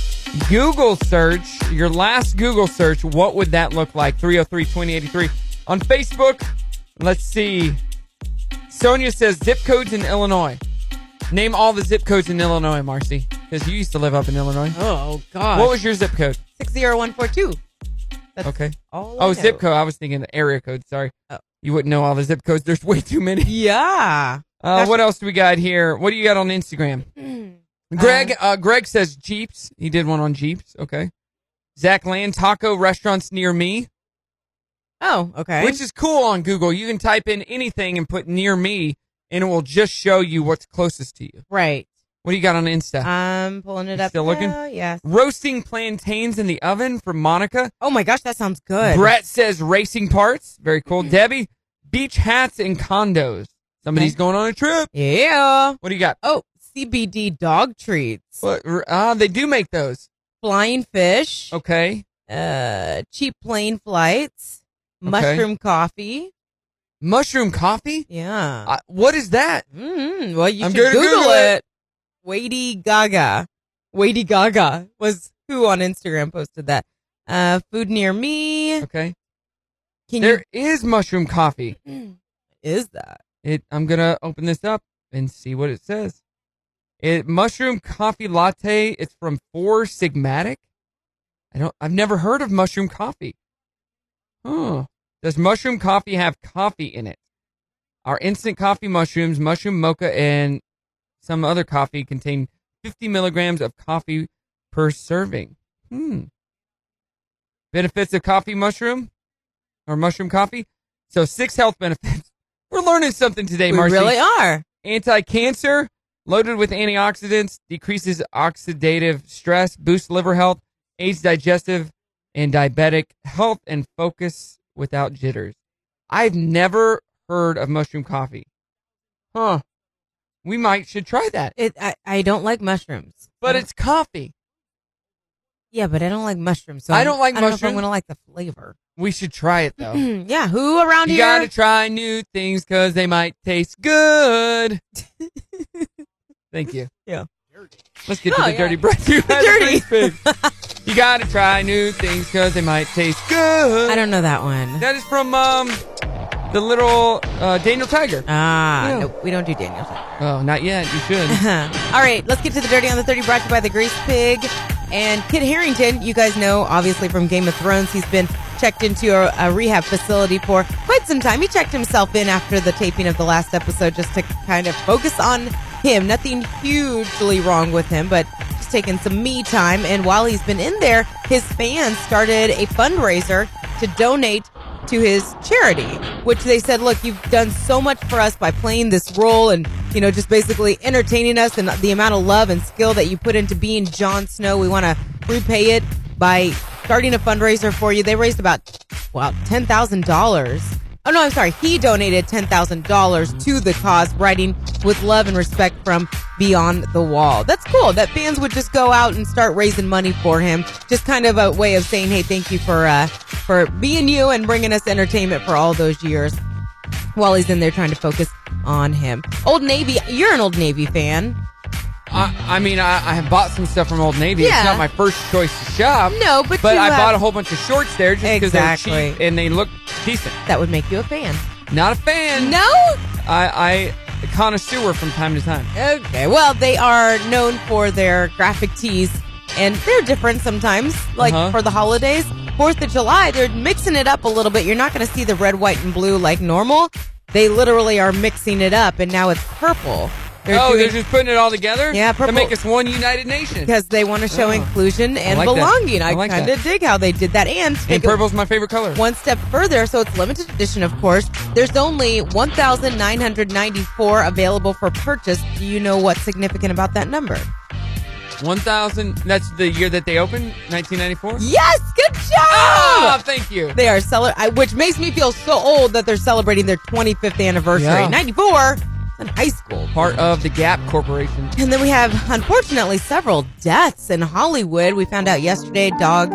[SPEAKER 2] Google search, your last Google search, what would that look like? 303 2083. On Facebook, let's see. Sonia says zip codes in Illinois. Name all the zip codes in Illinois, Marcy, because you used to live up in Illinois.
[SPEAKER 3] Oh, gosh.
[SPEAKER 2] What was your zip code?
[SPEAKER 3] 60142.
[SPEAKER 2] Okay.
[SPEAKER 3] all I
[SPEAKER 2] oh, zip
[SPEAKER 3] know.
[SPEAKER 2] code. I was thinking the area code. Sorry.
[SPEAKER 3] Oh.
[SPEAKER 2] You wouldn't know all the zip codes. There's way too many.
[SPEAKER 3] Yeah.
[SPEAKER 2] Uh, what else do we got here? What do you got on
[SPEAKER 3] *clears throat*
[SPEAKER 2] Instagram? Greg.
[SPEAKER 3] Um,
[SPEAKER 2] Uh, Greg says Jeeps. He did one on Jeeps. Okay. Zach Land Taco restaurants near me.
[SPEAKER 3] Oh, okay.
[SPEAKER 2] Which is cool on Google. You can type in anything and put near me, and it will just show you what's closest to you.
[SPEAKER 3] Right.
[SPEAKER 2] What do you got on Insta?
[SPEAKER 3] Uh, I'm pulling it
[SPEAKER 2] You
[SPEAKER 3] up.
[SPEAKER 2] still looking?
[SPEAKER 3] now. Yes.
[SPEAKER 2] Roasting plantains in the oven from Monica.
[SPEAKER 3] Oh my gosh, that sounds good. Mm-hmm.
[SPEAKER 2] Brett says racing parts. Very cool. Debbie, beach hats and condos. Somebody's going on a trip.
[SPEAKER 3] Yeah.
[SPEAKER 2] What do you got?
[SPEAKER 3] Oh, CBD dog treats.
[SPEAKER 2] What? Ah, they do make those.
[SPEAKER 3] Flying fish.
[SPEAKER 2] Okay.
[SPEAKER 3] Uh, cheap plane flights.
[SPEAKER 2] Okay.
[SPEAKER 3] Mushroom coffee.
[SPEAKER 2] Mushroom coffee?
[SPEAKER 3] Yeah.
[SPEAKER 2] Uh, what is that?
[SPEAKER 3] Mm, well, you
[SPEAKER 2] I'm
[SPEAKER 3] should
[SPEAKER 2] gonna
[SPEAKER 3] Google,
[SPEAKER 2] Google
[SPEAKER 3] it.
[SPEAKER 2] it.
[SPEAKER 3] Wadey Gaga. Wadey Gaga was who on Instagram posted that. Uh, food near me.
[SPEAKER 2] Okay.
[SPEAKER 3] Can
[SPEAKER 2] There is mushroom coffee.
[SPEAKER 3] you? *clears throat* Is that?
[SPEAKER 2] It. I'm gonna open this up and see what it says. It mushroom coffee latte. It's from Four Sigmatic. I don't. I've never heard of mushroom coffee. Huh. Does mushroom coffee have coffee in it? Our instant coffee mushrooms, mushroom mocha, and some other coffee contain 50 milligrams of coffee per serving. Hmm. Benefits of coffee mushroom or mushroom coffee. So six health benefits. *laughs* We're learning something today,
[SPEAKER 3] We
[SPEAKER 2] Marcy.
[SPEAKER 3] really are.
[SPEAKER 2] Anti-cancer, loaded with antioxidants, decreases oxidative stress, boosts liver health, aids digestive and diabetic health, and focus without jitters. I've never heard of mushroom coffee. Huh. We might should try that.
[SPEAKER 3] It. I, I don't like mushrooms.
[SPEAKER 2] But it's coffee.
[SPEAKER 3] Yeah, but I don't like mushrooms. So
[SPEAKER 2] I
[SPEAKER 3] I'm-
[SPEAKER 2] don't like
[SPEAKER 3] I Know if I'm
[SPEAKER 2] mushrooms.
[SPEAKER 3] gonna like the flavor.
[SPEAKER 2] We should try it though. you
[SPEAKER 3] Hmm, yeah. Who around here?
[SPEAKER 2] gotta try new things because they might taste
[SPEAKER 3] *laughs*
[SPEAKER 2] good. Thank you.
[SPEAKER 3] Yeah.
[SPEAKER 2] Let's get
[SPEAKER 3] Oh,
[SPEAKER 2] to the
[SPEAKER 3] yeah.
[SPEAKER 2] dirty breath. You had
[SPEAKER 3] Dirty.
[SPEAKER 2] a pretty face. you gotta try new things because they might taste good.
[SPEAKER 3] I don't know that one.
[SPEAKER 2] That is from um the little uh, Daniel Tiger.
[SPEAKER 3] Ah,
[SPEAKER 2] Yeah.
[SPEAKER 3] nope. We don't do Daniel's.
[SPEAKER 2] Oh, not yet. You
[SPEAKER 3] *laughs*
[SPEAKER 2] should.
[SPEAKER 3] All right, let's get to the dirty on the thirty. Brought to you by the Grease Pig and Kid Harrington. You guys know, obviously from Game of Thrones, he's been checked into a, a rehab facility for quite some time. He checked himself in after the taping of the last episode just to kind of focus on him. Nothing hugely wrong with him, but just taking some me time. And while he's been in there, his fans started a fundraiser to donate to his charity, which they said, look, you've done so much for us by playing this role and, you know, just basically entertaining us and the amount of love and skill that you put into being Jon Snow. We want to repay it by starting a fundraiser for you. They raised about, wow, $10,000. Oh no, I'm sorry. He donated $10,000 to the cause, writing with love and respect from Beyond the Wall. That's cool that fans would just go out and start raising money for him. Just kind of a way of saying, hey, thank you for, uh, for being you and bringing us entertainment for all those years while he's in there trying to focus on him. Old Navy, you're an Old Navy fan.
[SPEAKER 2] I, I mean, I, I have bought some stuff from Old Navy.
[SPEAKER 3] Yeah.
[SPEAKER 2] It's not my first choice to shop.
[SPEAKER 3] No, but
[SPEAKER 2] but
[SPEAKER 3] you
[SPEAKER 2] I
[SPEAKER 3] have-
[SPEAKER 2] bought a whole bunch of shorts there just because they're cheap
[SPEAKER 3] Exactly.
[SPEAKER 2] and they look decent.
[SPEAKER 3] That would make you a fan.
[SPEAKER 2] Not a fan.
[SPEAKER 3] No?
[SPEAKER 2] I, I connoisseur from time to time.
[SPEAKER 3] Okay. Well, they are known for their graphic tees, and they're different sometimes, like
[SPEAKER 2] Uh-huh.
[SPEAKER 3] for the holidays. Fourth of July, they're mixing it up a little bit. You're not going to see the red, white, and blue like normal. They literally are mixing it up, and now it's purple.
[SPEAKER 2] oh,
[SPEAKER 3] doing-
[SPEAKER 2] they're just putting it all together.
[SPEAKER 3] Yeah,
[SPEAKER 2] to
[SPEAKER 3] purple.
[SPEAKER 2] make us one united nation.
[SPEAKER 3] because they want to show
[SPEAKER 2] Oh.
[SPEAKER 3] inclusion and
[SPEAKER 2] like that.
[SPEAKER 3] belonging. I,
[SPEAKER 2] I like
[SPEAKER 3] kind
[SPEAKER 2] that.
[SPEAKER 3] of dig how they did that. And,
[SPEAKER 2] And purple's my favorite color.
[SPEAKER 3] One step further, so it's limited edition, of course. There's only 1,994 available for purchase. Do you know what's significant about that number?
[SPEAKER 2] One thousand. That's the year that they opened, nineteen ninety four.
[SPEAKER 3] Yes, good job.
[SPEAKER 2] Ah, thank you.
[SPEAKER 3] They are cele- I which makes me feel so old that they're celebrating their 25th anniversary.
[SPEAKER 2] Yeah.
[SPEAKER 3] 94 in high school.
[SPEAKER 2] Part of the Gap Corporation.
[SPEAKER 3] And then we have, unfortunately, several deaths in Hollywood. We found out yesterday, Dog,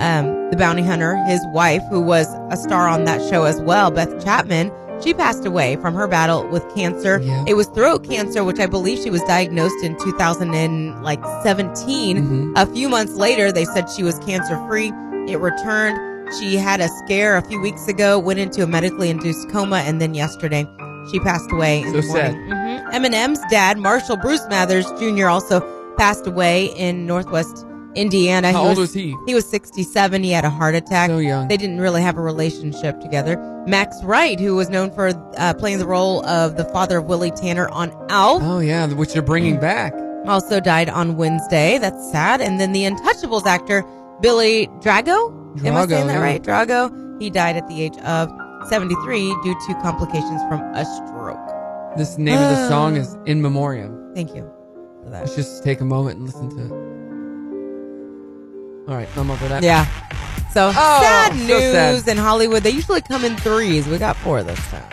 [SPEAKER 3] um, the bounty hunter, his wife, who was a star on that show as well, Beth Chapman, she passed away from her battle with cancer. It was throat cancer, which I believe she was diagnosed in 2017. Like 17.
[SPEAKER 2] Mm-hmm.
[SPEAKER 3] A few months later, they said she was cancer free. It returned. She had a scare a few weeks ago, went into a medically induced coma, and then yesterday she passed away. In
[SPEAKER 2] So
[SPEAKER 3] the morning.
[SPEAKER 2] sad.
[SPEAKER 3] Mm-hmm. Eminem's dad, Marshall Bruce Mathers Jr., also passed away in Northwest Indiana.
[SPEAKER 2] How old was he?
[SPEAKER 3] He was 67. He had a heart attack.
[SPEAKER 2] So young.
[SPEAKER 3] They didn't really have a relationship together. Max Wright, who was known for uh, playing the role of the father of Willie Tanner on Alf.
[SPEAKER 2] Oh yeah, which they're bringing back.
[SPEAKER 3] Also died on Wednesday. That's sad. And then the Untouchables actor, Billy Drago. Am I
[SPEAKER 2] Drago,
[SPEAKER 3] saying that
[SPEAKER 2] yeah.
[SPEAKER 3] right? Drago. He died at the age of 73 due to complications from a stroke.
[SPEAKER 2] This name of the
[SPEAKER 3] Ah.
[SPEAKER 2] song is In Memoriam.
[SPEAKER 3] Thank you. for that.
[SPEAKER 2] Let's just take a moment and listen to it. All right, I'm over that.
[SPEAKER 3] Yeah. So sad
[SPEAKER 2] so
[SPEAKER 3] news
[SPEAKER 2] sad.
[SPEAKER 3] in Hollywood. They usually come in threes. We got four this time.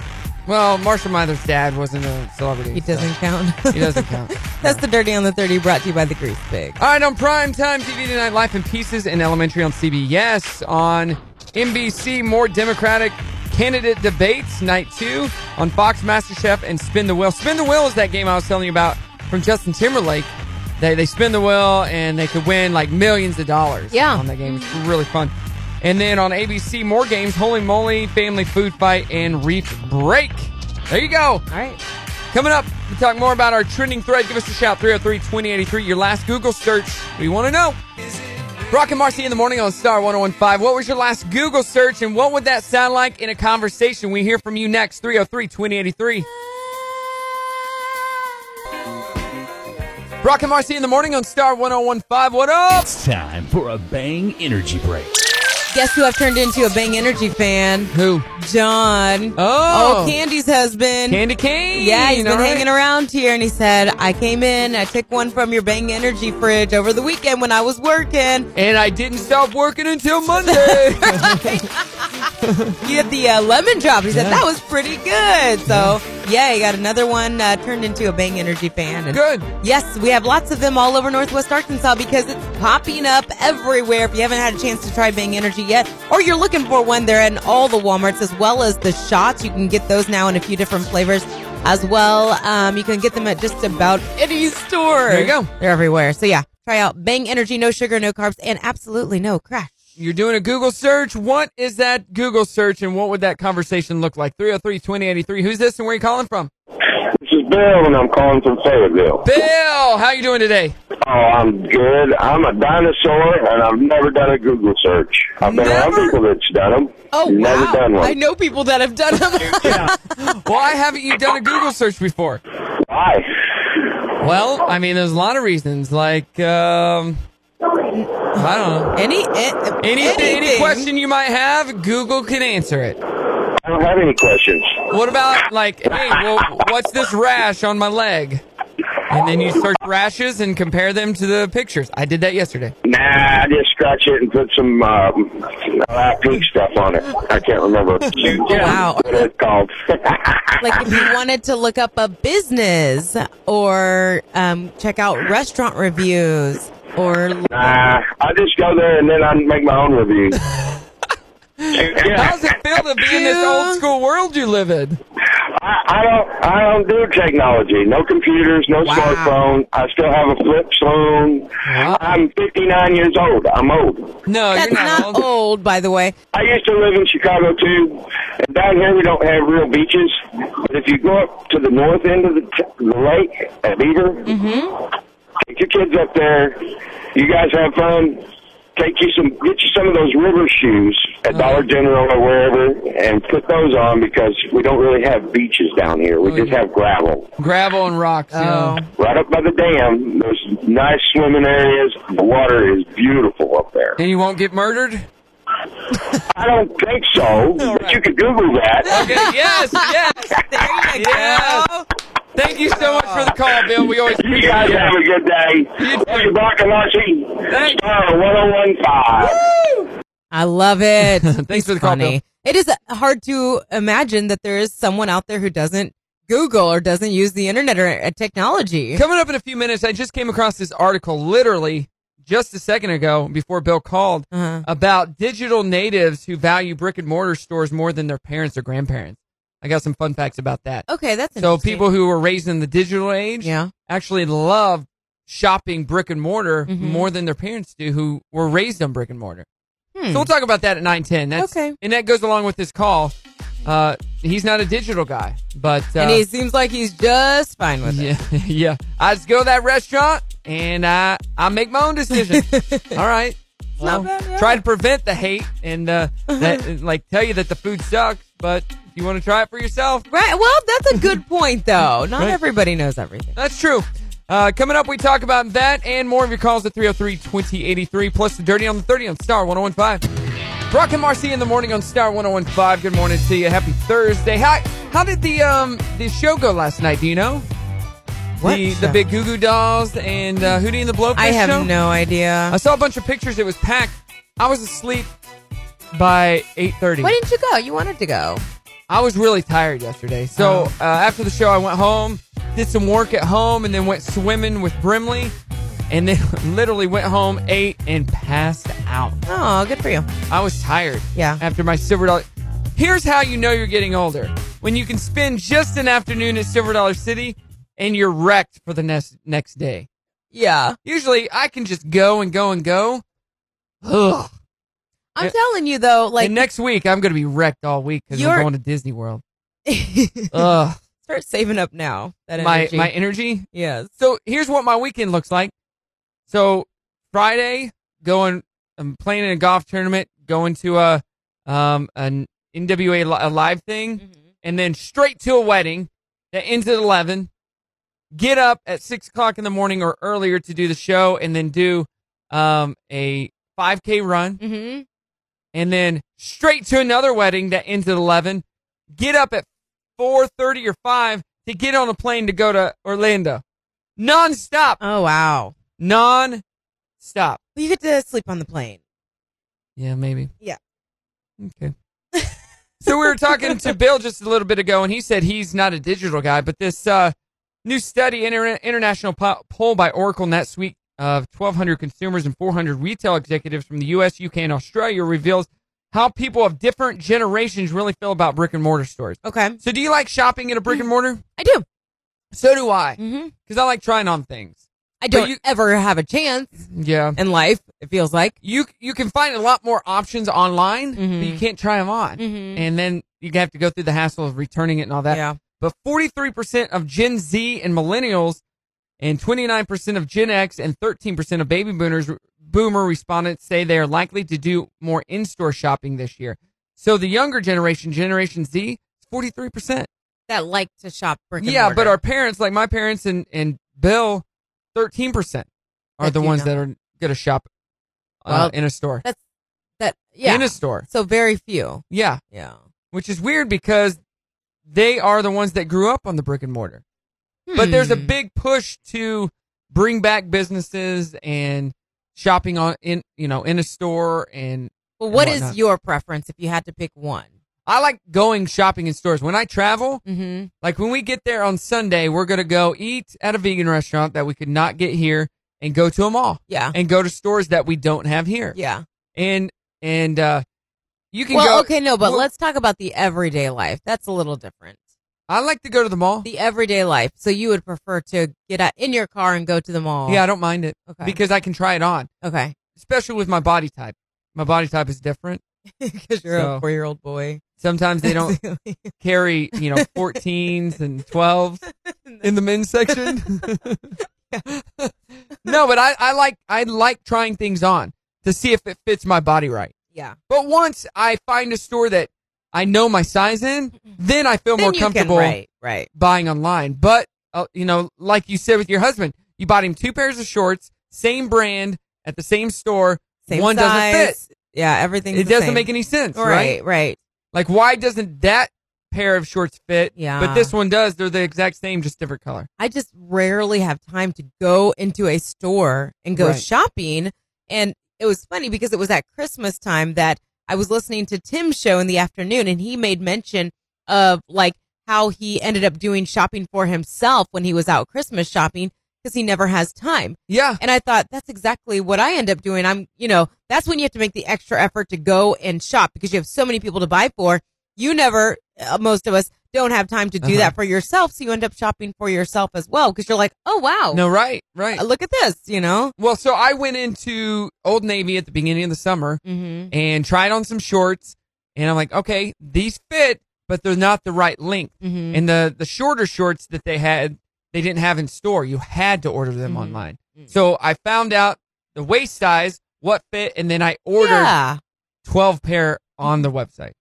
[SPEAKER 2] Well, Marshall Mathers' dad wasn't a celebrity.
[SPEAKER 3] *laughs* He doesn't
[SPEAKER 2] so-
[SPEAKER 3] count.
[SPEAKER 2] he doesn't count.
[SPEAKER 3] That's the dirty on the thirty. Brought to you by the Grease Pig.
[SPEAKER 2] All right, on prime time TV tonight, Life in Pieces and Elementary on CBS. On NBC, more Democratic candidate debates, night two. On Fox, MasterChef and Spin the Wheel. Spin the Wheel is that game I was telling you about from Justin Timberlake. They, they spin the wheel and they could win like millions of dollars
[SPEAKER 3] Yeah.
[SPEAKER 2] on that game. It's really fun. And then on ABC, more games, Holy Moly, Family Food Fight, and Reef Break. There you go.
[SPEAKER 3] All right.
[SPEAKER 2] Coming up, we talk more about our trending thread. Give us a shout 303 2083. Your last Google search. We want to know. Brock and Marcy in the morning on Star 1015. What was your last Google search and what would that sound like in a conversation? We hear from you next 303 2083. Brock and Marcy in the morning on Star 1015. What up?
[SPEAKER 12] It's time for a bang energy break.
[SPEAKER 3] Guess who I've turned into a Bang Energy fan?
[SPEAKER 2] Who?
[SPEAKER 3] John.
[SPEAKER 2] Oh.
[SPEAKER 3] Candy's husband.
[SPEAKER 2] Candy Cane.
[SPEAKER 3] Yeah, he's been
[SPEAKER 2] All right.
[SPEAKER 3] hanging around here, and he said, "I came in, I took one from your Bang Energy fridge over the weekend when I was working."
[SPEAKER 2] And I didn't stop working until
[SPEAKER 3] *laughs*
[SPEAKER 2] Monday. *laughs*
[SPEAKER 3] You had the uh, lemon drop. He said that was pretty good. So yeah, he got another one uh, turned into a Bang Energy fan. And
[SPEAKER 2] Good.
[SPEAKER 3] Yes, we have lots of them all over Northwest Arkansas because it's popping up everywhere. If you haven't had a chance to try Bang Energy yet, or you're looking for one, they're in all the WalMarts as well as the shots. You can get those now in a few different flavors as well. Um, you can get them at just about any store.
[SPEAKER 2] There you go.
[SPEAKER 3] They're everywhere. So yeah, try out Bang Energy, no sugar, no carbs, and absolutely no crash.
[SPEAKER 2] You're doing a Google search. What is that Google search and what would that conversation look like? 303 2083. Who's this and where are you calling from?
[SPEAKER 13] This is Bill, and I'm calling from Fayetteville.
[SPEAKER 2] Bill, how you doing today?
[SPEAKER 13] Oh, I'm good. I'm a dinosaur, and I've never done a Google search. I've been around people that's done them.
[SPEAKER 3] Oh
[SPEAKER 13] never
[SPEAKER 3] wow!
[SPEAKER 13] done one.
[SPEAKER 3] I know people that have done
[SPEAKER 2] *laughs*
[SPEAKER 3] them.
[SPEAKER 2] Why haven't you done a Google search before?
[SPEAKER 13] Why?
[SPEAKER 2] Well, I mean, there's a lot of reasons. Like, um, I don't know.
[SPEAKER 3] Any,
[SPEAKER 2] anything, any
[SPEAKER 3] anything.
[SPEAKER 2] question you might have, Google can answer it.
[SPEAKER 13] I don't have any questions.
[SPEAKER 2] What about like, hey, well, what's this rash on my leg? And then you search rashes and compare them to the pictures. I did that yesterday.
[SPEAKER 13] Nah, I just scratch it and put some um, uh, pink stuff on it. I can't remember
[SPEAKER 3] Wow.
[SPEAKER 13] what it's called. *laughs*
[SPEAKER 3] like
[SPEAKER 2] *laughs*
[SPEAKER 3] if you wanted to look up a business or um, check out restaurant reviews
[SPEAKER 2] Oh,
[SPEAKER 3] or
[SPEAKER 13] nah, I just go there and then I make my own review.
[SPEAKER 2] How's it feel to be in this old school world you live in?
[SPEAKER 13] I, I don't. I don't do technology. No computers. No smartphone. I still have a flip phone. I'm 59 years old. I'm old.
[SPEAKER 2] No,
[SPEAKER 3] that's not, old, by the way.
[SPEAKER 13] I used to live in Chicago too, and down here we don't have real beaches. But if you go up to the north end of the, t- the lake at Beaver, take your kids up there. You guys have fun. Take you some, get you some of those river shoes at Dollar General or wherever, and put those on because we don't really have beaches down here. We just have gravel.
[SPEAKER 2] Gravel and rocks. Oh.
[SPEAKER 13] Right up by the dam, there's nice swimming areas. The water is beautiful up there.
[SPEAKER 2] And you won't get murdered?
[SPEAKER 13] I don't think so, but you could Google that.
[SPEAKER 2] Okay, *laughs* yes, yes. There you go. Thank you so much for the call, Bill. We always
[SPEAKER 13] You guys have a good day. Love you, Brock and Archie. Star 1015.
[SPEAKER 3] I love it.
[SPEAKER 2] *laughs* Thanks for the call, Bill.
[SPEAKER 3] It is hard to imagine that there is someone out there who doesn't Google or doesn't use the internet or uh, technology.
[SPEAKER 2] Coming up in a few minutes, I just came across this article literally just a second ago before Bill called
[SPEAKER 3] Uh-huh.
[SPEAKER 2] about digital natives who value brick and mortar stores more than their parents or grandparents. I got some fun facts about that.
[SPEAKER 3] Okay, Oh, that's
[SPEAKER 2] So
[SPEAKER 3] interesting.
[SPEAKER 2] people who were raised in the digital age yeah. actually love shopping brick and mortar
[SPEAKER 3] Mm-hmm.
[SPEAKER 2] more than their parents do who were raised on brick and mortar. So
[SPEAKER 3] Hmm.
[SPEAKER 2] we'll talk about that at 910. That's, okay. And that goes along with this call. Uh, he's not a digital guy, but... Uh,
[SPEAKER 3] and he seems like he's just fine with
[SPEAKER 2] yeah, *laughs* it. Yeah. I just go to that restaurant and I, I make my own decision. All right. Well, Try to prevent the hate and uh, that, and, like tell you that the food sucks, but if you want to try it for yourself.
[SPEAKER 3] Right. Well, that's a good
[SPEAKER 2] *laughs*
[SPEAKER 3] point, though. Not everybody knows everything.
[SPEAKER 2] That's true. Uh, coming up, we talk about that and more of your calls at 303 2083, plus the Dirty on the 30 on Star 1015. Brock and Marcy in the morning on Star 1015. Good morning to you. Happy Thursday. How, how did the um the show go last night? Do you know?
[SPEAKER 3] What
[SPEAKER 2] the,
[SPEAKER 3] show?
[SPEAKER 2] the Big Goo Goo Dolls and uh, Hootie and the Blowfish
[SPEAKER 3] I have
[SPEAKER 2] show?
[SPEAKER 3] no idea.
[SPEAKER 2] I saw a bunch of pictures. It was packed. I was asleep by 8.30.
[SPEAKER 3] Why didn't you go? You wanted to go.
[SPEAKER 2] I was really tired yesterday. So
[SPEAKER 3] Uh-huh.
[SPEAKER 2] uh, after the show, I went home, did some work at home, and then went swimming with Brimley. And then *laughs* literally went home, ate, and passed out.
[SPEAKER 3] Oh, good for you.
[SPEAKER 2] I was tired. Yeah. After my Silver Dollar. Here's how you know you're getting older when you can spend just an afternoon at Silver Dollar City and you're wrecked for the next, next day.
[SPEAKER 3] Yeah.
[SPEAKER 2] Usually I can just go and go and go. Ugh.
[SPEAKER 3] I'm
[SPEAKER 2] Yeah.
[SPEAKER 3] telling you though, like
[SPEAKER 2] and next week I'm going to be wrecked all week because I'm
[SPEAKER 3] You're-
[SPEAKER 2] going to Disney World. Ugh.
[SPEAKER 3] *laughs* start saving up now. That
[SPEAKER 2] my
[SPEAKER 3] energy.
[SPEAKER 2] my energy.
[SPEAKER 3] Yes.
[SPEAKER 2] So here's what my weekend looks like. So Friday, going, I'm playing in a golf tournament, going to a um an NWA li- a live thing, and then straight to a wedding that ends at eleven. Get up at six o'clock in the morning or earlier to do the show, and then do um a five k run,
[SPEAKER 3] mm-hmm.
[SPEAKER 2] and then straight to another wedding that ends at eleven. Get up at four thirty or five to get on a plane to go to Orlando. Non-stop.
[SPEAKER 3] Oh wow.
[SPEAKER 2] Non-stop.
[SPEAKER 3] You get to sleep on the plane.
[SPEAKER 2] Yeah, maybe.
[SPEAKER 3] Yeah.
[SPEAKER 2] *laughs* Okay. So we were talking to Bill just a little bit ago, and he said he's not a digital guy, but this uh, new study, inter- international po- poll by Oracle NetSuite of 1,200 consumers and 400 retail executives from the U.S., U.K., and Australia, reveals how people of different generations really feel about brick and mortar stores.
[SPEAKER 3] Okay.
[SPEAKER 2] So do you like shopping at a brick and mortar?
[SPEAKER 3] I do.
[SPEAKER 2] So do I.
[SPEAKER 3] Mhm.
[SPEAKER 2] Because I like trying on things.
[SPEAKER 3] I don't ever have a chance.
[SPEAKER 2] Yeah.
[SPEAKER 3] In life, it feels like.
[SPEAKER 2] you you can find a lot more options online, but you can't try them on, Mm-hmm. and then you have to go through the hassle of returning it and all that.
[SPEAKER 3] Yeah.
[SPEAKER 2] But forty three percent of Gen Z and millennials, and twenty nine percent of Gen X and thirteen percent of baby boomers boomer respondents say they are likely to do more in store shopping this year. So the younger generation, Generation Z, forty three percent.
[SPEAKER 3] That like to shop brick and
[SPEAKER 2] Yeah,
[SPEAKER 3] mortar.
[SPEAKER 2] but our parents, like my parents and and Bill, thirteen percent are
[SPEAKER 3] That
[SPEAKER 2] the
[SPEAKER 3] do
[SPEAKER 2] ones
[SPEAKER 3] not.
[SPEAKER 2] that are going to shop uh,
[SPEAKER 3] Well,
[SPEAKER 2] in a store.
[SPEAKER 3] That's that yeah.
[SPEAKER 2] In a store.
[SPEAKER 3] So very few.
[SPEAKER 2] Yeah.
[SPEAKER 3] Yeah.
[SPEAKER 2] Which is weird because they are the ones that grew up on the brick and mortar. But there's a
[SPEAKER 3] Hmm.
[SPEAKER 2] big push to bring back businesses and shopping on in you know in a store and
[SPEAKER 3] Well,
[SPEAKER 2] and
[SPEAKER 3] what is
[SPEAKER 2] whatnot.
[SPEAKER 3] your preference if you had to pick one?
[SPEAKER 2] I like going shopping in stores when I travel. Like when we get there on Sunday, we're gonna go eat at a vegan restaurant that we could not get here, and go to a mall.
[SPEAKER 3] Yeah.
[SPEAKER 2] and go to stores that we don't have here.
[SPEAKER 3] Yeah.
[SPEAKER 2] and and uh, you can
[SPEAKER 3] well,
[SPEAKER 2] go.
[SPEAKER 3] okay, no, but
[SPEAKER 2] Well,
[SPEAKER 3] let's talk about the everyday life. That's a little different.
[SPEAKER 2] I like to go to the mall.
[SPEAKER 3] The everyday life. So you would prefer to get out in your car and go to the mall.
[SPEAKER 2] Yeah, I don't mind it
[SPEAKER 3] Okay.
[SPEAKER 2] because I can try it on. *laughs*
[SPEAKER 3] Okay.
[SPEAKER 2] Especially with my body type. My body type is different.
[SPEAKER 3] Because you're a
[SPEAKER 2] So-
[SPEAKER 3] four-year-old boy.
[SPEAKER 2] Sometimes they *laughs*
[SPEAKER 3] *laughs*
[SPEAKER 2] don't carry, you know, 14s and 12s in the men's section. no, but I, I like I like trying things on. to see if it fits my body right.
[SPEAKER 3] Yeah.
[SPEAKER 2] But once I find a store that I know my size in, then I feel *laughs*
[SPEAKER 3] Then
[SPEAKER 2] more
[SPEAKER 3] you can-
[SPEAKER 2] comfortable
[SPEAKER 3] right, right.
[SPEAKER 2] buying online. But, uh, you know, like you said with your husband, you bought him two pairs of shorts, same brand, at the same store.
[SPEAKER 3] Same
[SPEAKER 2] one doesn't
[SPEAKER 3] size.
[SPEAKER 2] fit.
[SPEAKER 3] Yeah, everything's
[SPEAKER 2] It
[SPEAKER 3] the
[SPEAKER 2] doesn't
[SPEAKER 3] same.
[SPEAKER 2] make any sense,
[SPEAKER 3] Right,
[SPEAKER 2] right?
[SPEAKER 3] right.
[SPEAKER 2] Like, why doesn't that pair of shorts fit?
[SPEAKER 3] Yeah.
[SPEAKER 2] But this one does. They're the exact same, just different color.
[SPEAKER 3] I just rarely have time to go into a store and go
[SPEAKER 2] Right.
[SPEAKER 3] shopping. And it was funny because it was at Christmas time that I was listening to Tim's show in the afternoon and he made mention of like how he ended up doing shopping for himself when he was out Christmas shopping because he never has time.
[SPEAKER 2] Yeah.
[SPEAKER 3] And I thought that's exactly what I end up doing. I'm, you know, that's when you have to make the extra effort to go and shop because you have so many people to buy for. You never, uh, most of us don't have time to do
[SPEAKER 2] Uh-huh.
[SPEAKER 3] that for yourself. So you end up shopping for yourself as well because you're like, oh, wow.
[SPEAKER 2] No, right, right.
[SPEAKER 3] Uh, Look at this, you know?
[SPEAKER 2] Well, so I went into Old Navy at the beginning of the summer
[SPEAKER 3] Mhm.
[SPEAKER 2] and tried on some shorts, and I'm like, okay, these fit, but they're not the right length.
[SPEAKER 3] Mhm.
[SPEAKER 2] And the the shorter shorts that they had, they didn't have in store. You had to order them
[SPEAKER 3] Mm-hmm.
[SPEAKER 2] online.
[SPEAKER 3] Mm.
[SPEAKER 2] So I found out the waist size, what fit, and then I ordered
[SPEAKER 3] Yeah.
[SPEAKER 2] 12 pair on the website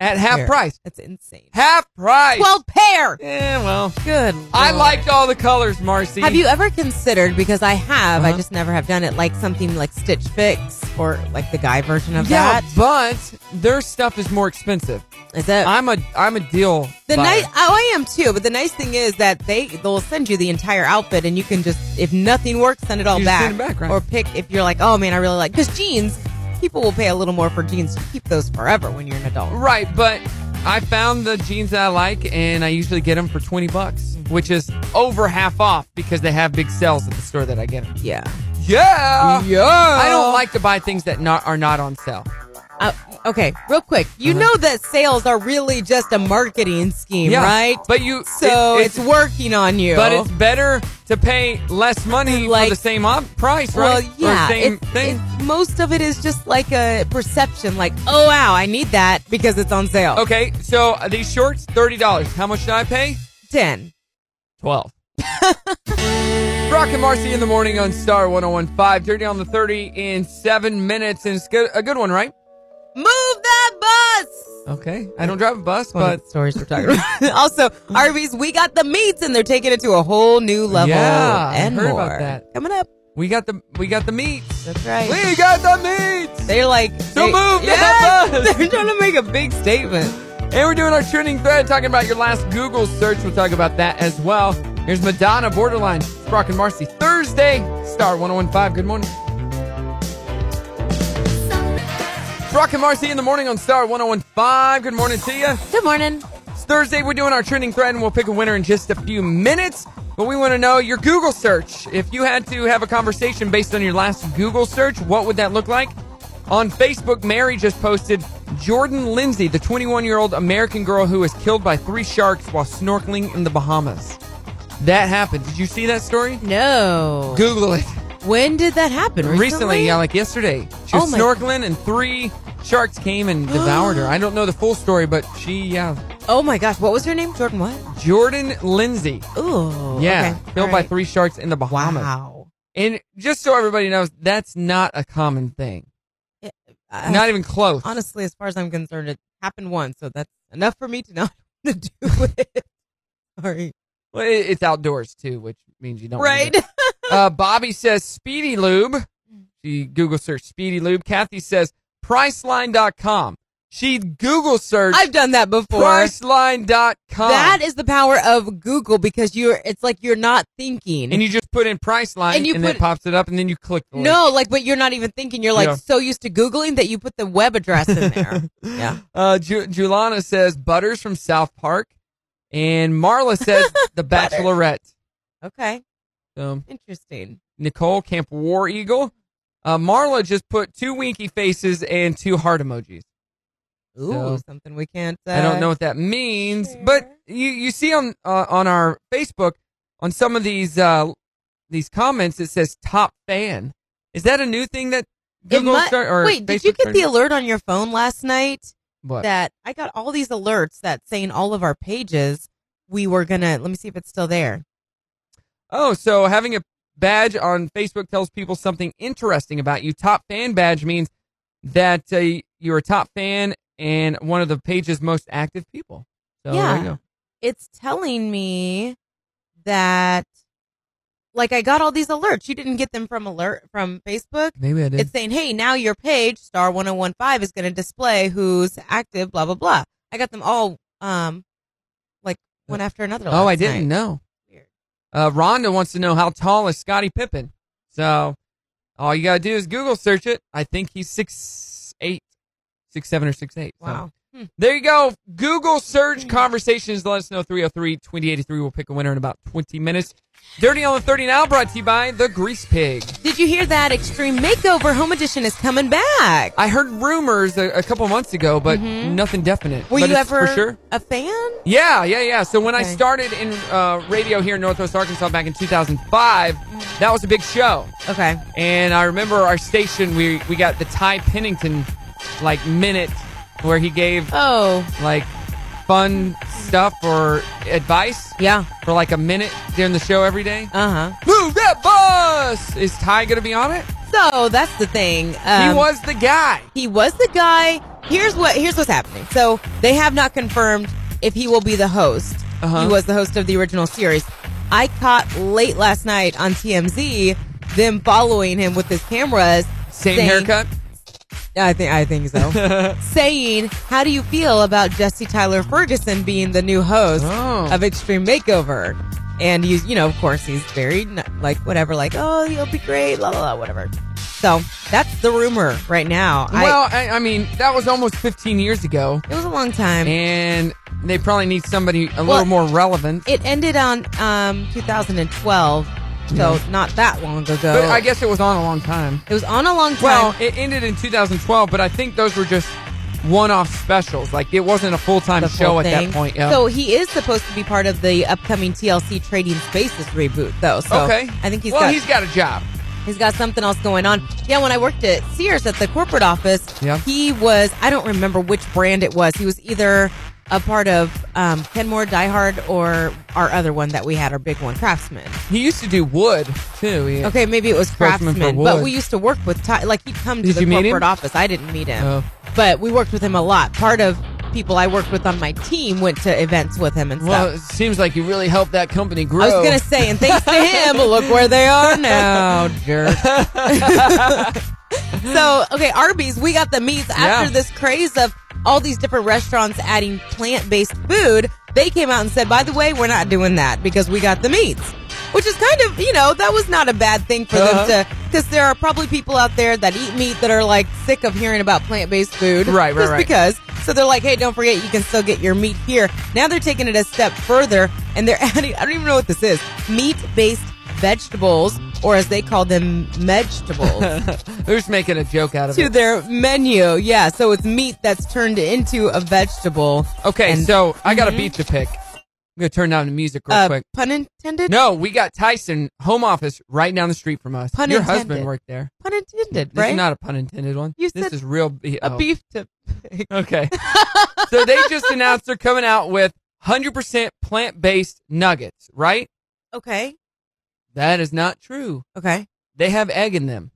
[SPEAKER 2] at half
[SPEAKER 3] Pair.
[SPEAKER 2] price.
[SPEAKER 3] That's insane.
[SPEAKER 2] Half price.
[SPEAKER 3] 12 pair.
[SPEAKER 2] Yeah, well.
[SPEAKER 3] Good.
[SPEAKER 2] I
[SPEAKER 3] Lord.
[SPEAKER 2] liked all the colors, Marcy.
[SPEAKER 3] Have you ever considered, because I have, I
[SPEAKER 2] Uh-huh.
[SPEAKER 3] just never have done it, like something like Stitch Fix or like the guy version of
[SPEAKER 2] yeah,
[SPEAKER 3] that?
[SPEAKER 2] but their stuff is more expensive.
[SPEAKER 3] Is it?
[SPEAKER 2] I'm a I'm a deal.
[SPEAKER 3] The
[SPEAKER 2] buyer.
[SPEAKER 3] nice, oh, I am too. But the nice thing is that they they'll send you the entire outfit, and you can just, if nothing works, send it all
[SPEAKER 2] You just
[SPEAKER 3] back,
[SPEAKER 2] send it back, right.
[SPEAKER 3] or pick if you're like, oh man, I really like because jeans. People will pay a little more for jeans. You keep those forever when you're an adult.
[SPEAKER 2] right, but I found the jeans that I like, and I usually get them for twenty bucks, which is over half off because they have big sales at the store that I get them.
[SPEAKER 3] Yeah.
[SPEAKER 2] Yeah.
[SPEAKER 3] Yeah.
[SPEAKER 2] I don't like to buy things that not are not on sale.
[SPEAKER 3] Uh, okay, real quick, you
[SPEAKER 2] Uh-huh.
[SPEAKER 3] know that sales are really just a marketing scheme,
[SPEAKER 2] Yeah,
[SPEAKER 3] right?
[SPEAKER 2] But you,
[SPEAKER 3] So
[SPEAKER 2] it-
[SPEAKER 3] it's, working on you.
[SPEAKER 2] But it's better to pay less money for the same op- price,
[SPEAKER 3] Well,
[SPEAKER 2] right?
[SPEAKER 3] yeah.
[SPEAKER 2] Or same
[SPEAKER 3] it's-
[SPEAKER 2] thing.
[SPEAKER 3] it's- most of it is just like a perception, like, oh wow, I need that because it's on sale.
[SPEAKER 2] okay, so uh, these shorts, thirty dollars. How much did I pay?
[SPEAKER 3] Ten.
[SPEAKER 2] 12. Brock and Marcy in the morning on Star 1015. Dirty on the 30 in seven minutes. And it's good, a good one, right?
[SPEAKER 3] Move that bus.
[SPEAKER 2] Okay. I don't drive a bus,
[SPEAKER 3] One of
[SPEAKER 2] but.
[SPEAKER 3] the stories we're talking about. *laughs* also, Arby's, we got the meats, and they're taking it to a whole new level.
[SPEAKER 2] Yeah, I
[SPEAKER 3] and
[SPEAKER 2] heard
[SPEAKER 3] more.
[SPEAKER 2] about that.
[SPEAKER 3] Coming up.
[SPEAKER 2] We got the we got the meats.
[SPEAKER 3] That's right.
[SPEAKER 2] We got the meats.
[SPEAKER 3] They're like,
[SPEAKER 2] So
[SPEAKER 3] they-
[SPEAKER 2] move
[SPEAKER 3] Yes!
[SPEAKER 2] that bus.
[SPEAKER 3] *laughs* They're trying to make a big statement.
[SPEAKER 2] And we're doing our trending thread, talking about your last Google search. We'll talk about that as well. Here's Madonna Borderline. It's Brock and Marcy Thursday, Star 1015. Good morning. Brock and Marcy in the morning on Star 1015. Good morning to you.
[SPEAKER 3] Good morning.
[SPEAKER 2] It's Thursday. We're doing our trending thread, and we'll pick a winner in just a few minutes. But we want to know your Google search. If you had to have a conversation based on your last Google search, what would that look like? On Facebook, Mary just posted Jordan Lindsay, the 21 year old American girl who was killed by three sharks while snorkeling in the Bahamas. That happened. Did you see that story?
[SPEAKER 3] No.
[SPEAKER 2] Google it.
[SPEAKER 3] When did that happen? Recently?
[SPEAKER 2] yeah, like yesterday. She was
[SPEAKER 3] Oh my-
[SPEAKER 2] snorkeling and three sharks came and devoured her. I don't know the full story, but she, yeah.
[SPEAKER 3] Oh my gosh, what was her name? Jordan what?
[SPEAKER 2] Jordan Lindsay.
[SPEAKER 3] Ooh.
[SPEAKER 2] Yeah,
[SPEAKER 3] okay.
[SPEAKER 2] killed
[SPEAKER 3] All
[SPEAKER 2] by
[SPEAKER 3] right.
[SPEAKER 2] three sharks in the Bahamas.
[SPEAKER 3] Wow.
[SPEAKER 2] And just so everybody knows, that's not a common thing.
[SPEAKER 3] I-
[SPEAKER 2] not even close.
[SPEAKER 3] Uh, Honestly, as far as I'm concerned, it happened once, so that's enough for me to not *laughs* to do it. Sorry.
[SPEAKER 2] Well, it- it's outdoors too, which means you don't. need
[SPEAKER 3] Right. *laughs* Hmm.
[SPEAKER 2] it. uh, Bobby says Speedy Lube. She Google searched Speedy Lube. Kathy says Priceline.com. She Google searched
[SPEAKER 3] I've done that before.
[SPEAKER 2] Priceline.com.
[SPEAKER 3] That is the power of Google because you're it's like you're not thinking.
[SPEAKER 2] and you just put in Priceline,
[SPEAKER 3] And
[SPEAKER 2] and,
[SPEAKER 3] you
[SPEAKER 2] it
[SPEAKER 3] put-
[SPEAKER 2] pops it up, and then you click. The link.
[SPEAKER 3] no, like but you're not even thinking. You're like
[SPEAKER 2] Yeah.
[SPEAKER 3] so used to Googling that you put the web address
[SPEAKER 2] *laughs*
[SPEAKER 3] in there. yeah.
[SPEAKER 2] Uh, Ju- Julana says Butters from South Park, and Marla
[SPEAKER 3] *laughs*
[SPEAKER 2] says The Bachelorette.
[SPEAKER 3] Okay.
[SPEAKER 2] So
[SPEAKER 3] Interesting.
[SPEAKER 2] Nicole Camp War Eagle. Uh, Marla just put two winky faces and two heart emojis.
[SPEAKER 3] Ooh,
[SPEAKER 2] So,
[SPEAKER 3] something we can't uh,
[SPEAKER 2] I don't know what that means, but you you see on uh, on our Facebook on some of these uh, these comments it says top fan. Is that a new thing that
[SPEAKER 3] It
[SPEAKER 2] Google
[SPEAKER 3] might-
[SPEAKER 2] start, or
[SPEAKER 3] wait, did you
[SPEAKER 2] Facebook
[SPEAKER 3] get the
[SPEAKER 2] started?
[SPEAKER 3] alert on your phone last night?
[SPEAKER 2] What?
[SPEAKER 3] That I got all these alerts that saying all of our pages we were gonna. Let me see if it's still there.
[SPEAKER 2] Oh, so having a badge on Facebook tells people something interesting about you. Top fan badge means that uh, you're a top fan and one of the page's most active people. So there you go.
[SPEAKER 3] It's telling me that like I got all these alerts. You didn't get them from alert from Facebook.
[SPEAKER 2] Maybe I did.
[SPEAKER 3] It's saying, "Hey, now your page star 1015 is going to display who's active blah blah blah." I got them all um like one after another.
[SPEAKER 2] Oh,
[SPEAKER 3] last
[SPEAKER 2] I didn't
[SPEAKER 3] night.
[SPEAKER 2] know. Uh, Rhonda wants to know how tall is Scottie Pippen. So all you gotta do is Google search it. I think he's six eight, six seven or six eight. Wow. There you go. Google search conversations. Let us know 303 2083. We'll pick a winner in about 20 minutes. Dirty on the 30 now brought to you by The Grease Pig.
[SPEAKER 3] Did you hear that Extreme Makeover Home Edition is coming back?
[SPEAKER 2] I heard rumors a, a couple months ago, but nothing definite.
[SPEAKER 3] Were
[SPEAKER 2] But
[SPEAKER 3] Mm-hmm. you
[SPEAKER 2] it's
[SPEAKER 3] ever
[SPEAKER 2] For sure.
[SPEAKER 3] a fan?
[SPEAKER 2] Yeah, yeah, yeah. So when I
[SPEAKER 3] Okay.
[SPEAKER 2] started in uh, radio here in Northwest Arkansas back in 2005, that was a big show.
[SPEAKER 3] Okay.
[SPEAKER 2] And I remember our station, we we got the Ty Pennington like minute where he gave
[SPEAKER 3] oh
[SPEAKER 2] like fun stuff or advice.
[SPEAKER 3] Yeah.
[SPEAKER 2] For like a minute during the show every day.
[SPEAKER 3] Uh huh.
[SPEAKER 2] Move that bus. Is Ty gonna be on it?
[SPEAKER 3] So that's the thing. Um,
[SPEAKER 2] was the guy.
[SPEAKER 3] He was the guy. Here's what. Here's what's happening. So they have not confirmed if he will be the host.
[SPEAKER 2] Uh-huh.
[SPEAKER 3] He was the host of the original series. I caught late last night on TMZ them following him with his cameras.
[SPEAKER 2] Same
[SPEAKER 3] saying-
[SPEAKER 2] haircut.
[SPEAKER 3] I think I
[SPEAKER 2] *laughs*
[SPEAKER 3] think so. saying, "How do you feel about Jesse Tyler Ferguson being the new host
[SPEAKER 2] Oh. Uh,
[SPEAKER 3] of Extreme Makeover?" And he's, you know, of course, he's very n- like whatever, like, "Oh, you'll be great," blah blah blah, whatever. So that's the rumor right now. I-
[SPEAKER 2] well, I, I mean, that was almost 15 years ago.
[SPEAKER 3] It was a long time.
[SPEAKER 2] And they probably need somebody a
[SPEAKER 3] Well,
[SPEAKER 2] little more relevant.
[SPEAKER 3] it ended on um 2012, so
[SPEAKER 2] Yeah.
[SPEAKER 3] not that long ago.
[SPEAKER 2] But I guess it was on a long time.
[SPEAKER 3] It was on a long time.
[SPEAKER 2] Well, it ended in 2012, but I think those were just one-off specials. Like it wasn't a full-time
[SPEAKER 3] the
[SPEAKER 2] show
[SPEAKER 3] whole
[SPEAKER 2] at that
[SPEAKER 3] thing.
[SPEAKER 2] point. Yeah.
[SPEAKER 3] So he is supposed to be part of the upcoming TLC Trading Spaces reboot, though. So
[SPEAKER 2] Okay.
[SPEAKER 3] I think he's
[SPEAKER 2] Well,
[SPEAKER 3] got,
[SPEAKER 2] he's got a job.
[SPEAKER 3] He's got something else going on. Yeah, when I worked at Sears at the corporate office,
[SPEAKER 2] Yeah.
[SPEAKER 3] he was, I don't remember which brand it was. He was either a part of um, Kenmore, Die Hard, or our other one that we had, our big one, Craftsman.
[SPEAKER 2] he used to do wood too. yeah.
[SPEAKER 3] Okay, maybe
[SPEAKER 2] *laughs*
[SPEAKER 3] it was
[SPEAKER 2] Spokesman for
[SPEAKER 3] Craftsman, but
[SPEAKER 2] wood.
[SPEAKER 3] we used to work with Ty. Like he'd come to
[SPEAKER 2] Did
[SPEAKER 3] the
[SPEAKER 2] you meet him?
[SPEAKER 3] corporate office. I didn't meet him,
[SPEAKER 2] Oh.
[SPEAKER 3] but we worked with him a lot. Part of people I worked with on my team went to events with him and
[SPEAKER 2] Well, it
[SPEAKER 3] stuff.
[SPEAKER 2] seems like you really helped that company grow.
[SPEAKER 3] I was gonna say, and thanks to him, look where they
[SPEAKER 2] *laughs*
[SPEAKER 3] are now.
[SPEAKER 2] jerk.
[SPEAKER 3] So, okay, Arby's, we got the meats after
[SPEAKER 2] Yeah.
[SPEAKER 3] this craze of all these different restaurants adding plant-based food. They came out and said, "By the way, we're not doing that because we got the meats." Which is kind of, you know, that was not a bad thing for
[SPEAKER 2] Uh-huh.
[SPEAKER 3] them to cuz there are probably people out there that eat meat that are like sick of hearing about plant-based food.
[SPEAKER 2] Right, right,
[SPEAKER 3] just
[SPEAKER 2] right.
[SPEAKER 3] because. So they're like, "Hey, don't forget you can still get your meat here." Now they're taking it a step further and they're *laughs* adding I don't even know what this is. Meat-based vegetables or as they
[SPEAKER 2] *laughs*
[SPEAKER 3] call them, vegetables
[SPEAKER 2] *laughs* They're just making a joke out of
[SPEAKER 3] to
[SPEAKER 2] it.
[SPEAKER 3] their menu. Yeah, so it's meat that's turned into a vegetable.
[SPEAKER 2] Okay,
[SPEAKER 3] And-
[SPEAKER 2] so I got
[SPEAKER 3] Mhm.
[SPEAKER 2] a beat to pick. I'm gonna turn down the music real
[SPEAKER 3] Uh,
[SPEAKER 2] quick.
[SPEAKER 3] pun intended.
[SPEAKER 2] No, we got Tyson home office right down the street from us.
[SPEAKER 3] Pun
[SPEAKER 2] Your
[SPEAKER 3] intended.
[SPEAKER 2] husband worked there.
[SPEAKER 3] pun intended.
[SPEAKER 2] This
[SPEAKER 3] Right?
[SPEAKER 2] is not a pun intended one.
[SPEAKER 3] You
[SPEAKER 2] this
[SPEAKER 3] said
[SPEAKER 2] is real. Be-
[SPEAKER 3] a
[SPEAKER 2] oh.
[SPEAKER 3] beef to. *laughs*
[SPEAKER 2] Okay. so they just announced they're coming out with 100% plant based nuggets, right?
[SPEAKER 3] Okay.
[SPEAKER 2] That is not true.
[SPEAKER 3] Okay.
[SPEAKER 2] They have egg in them.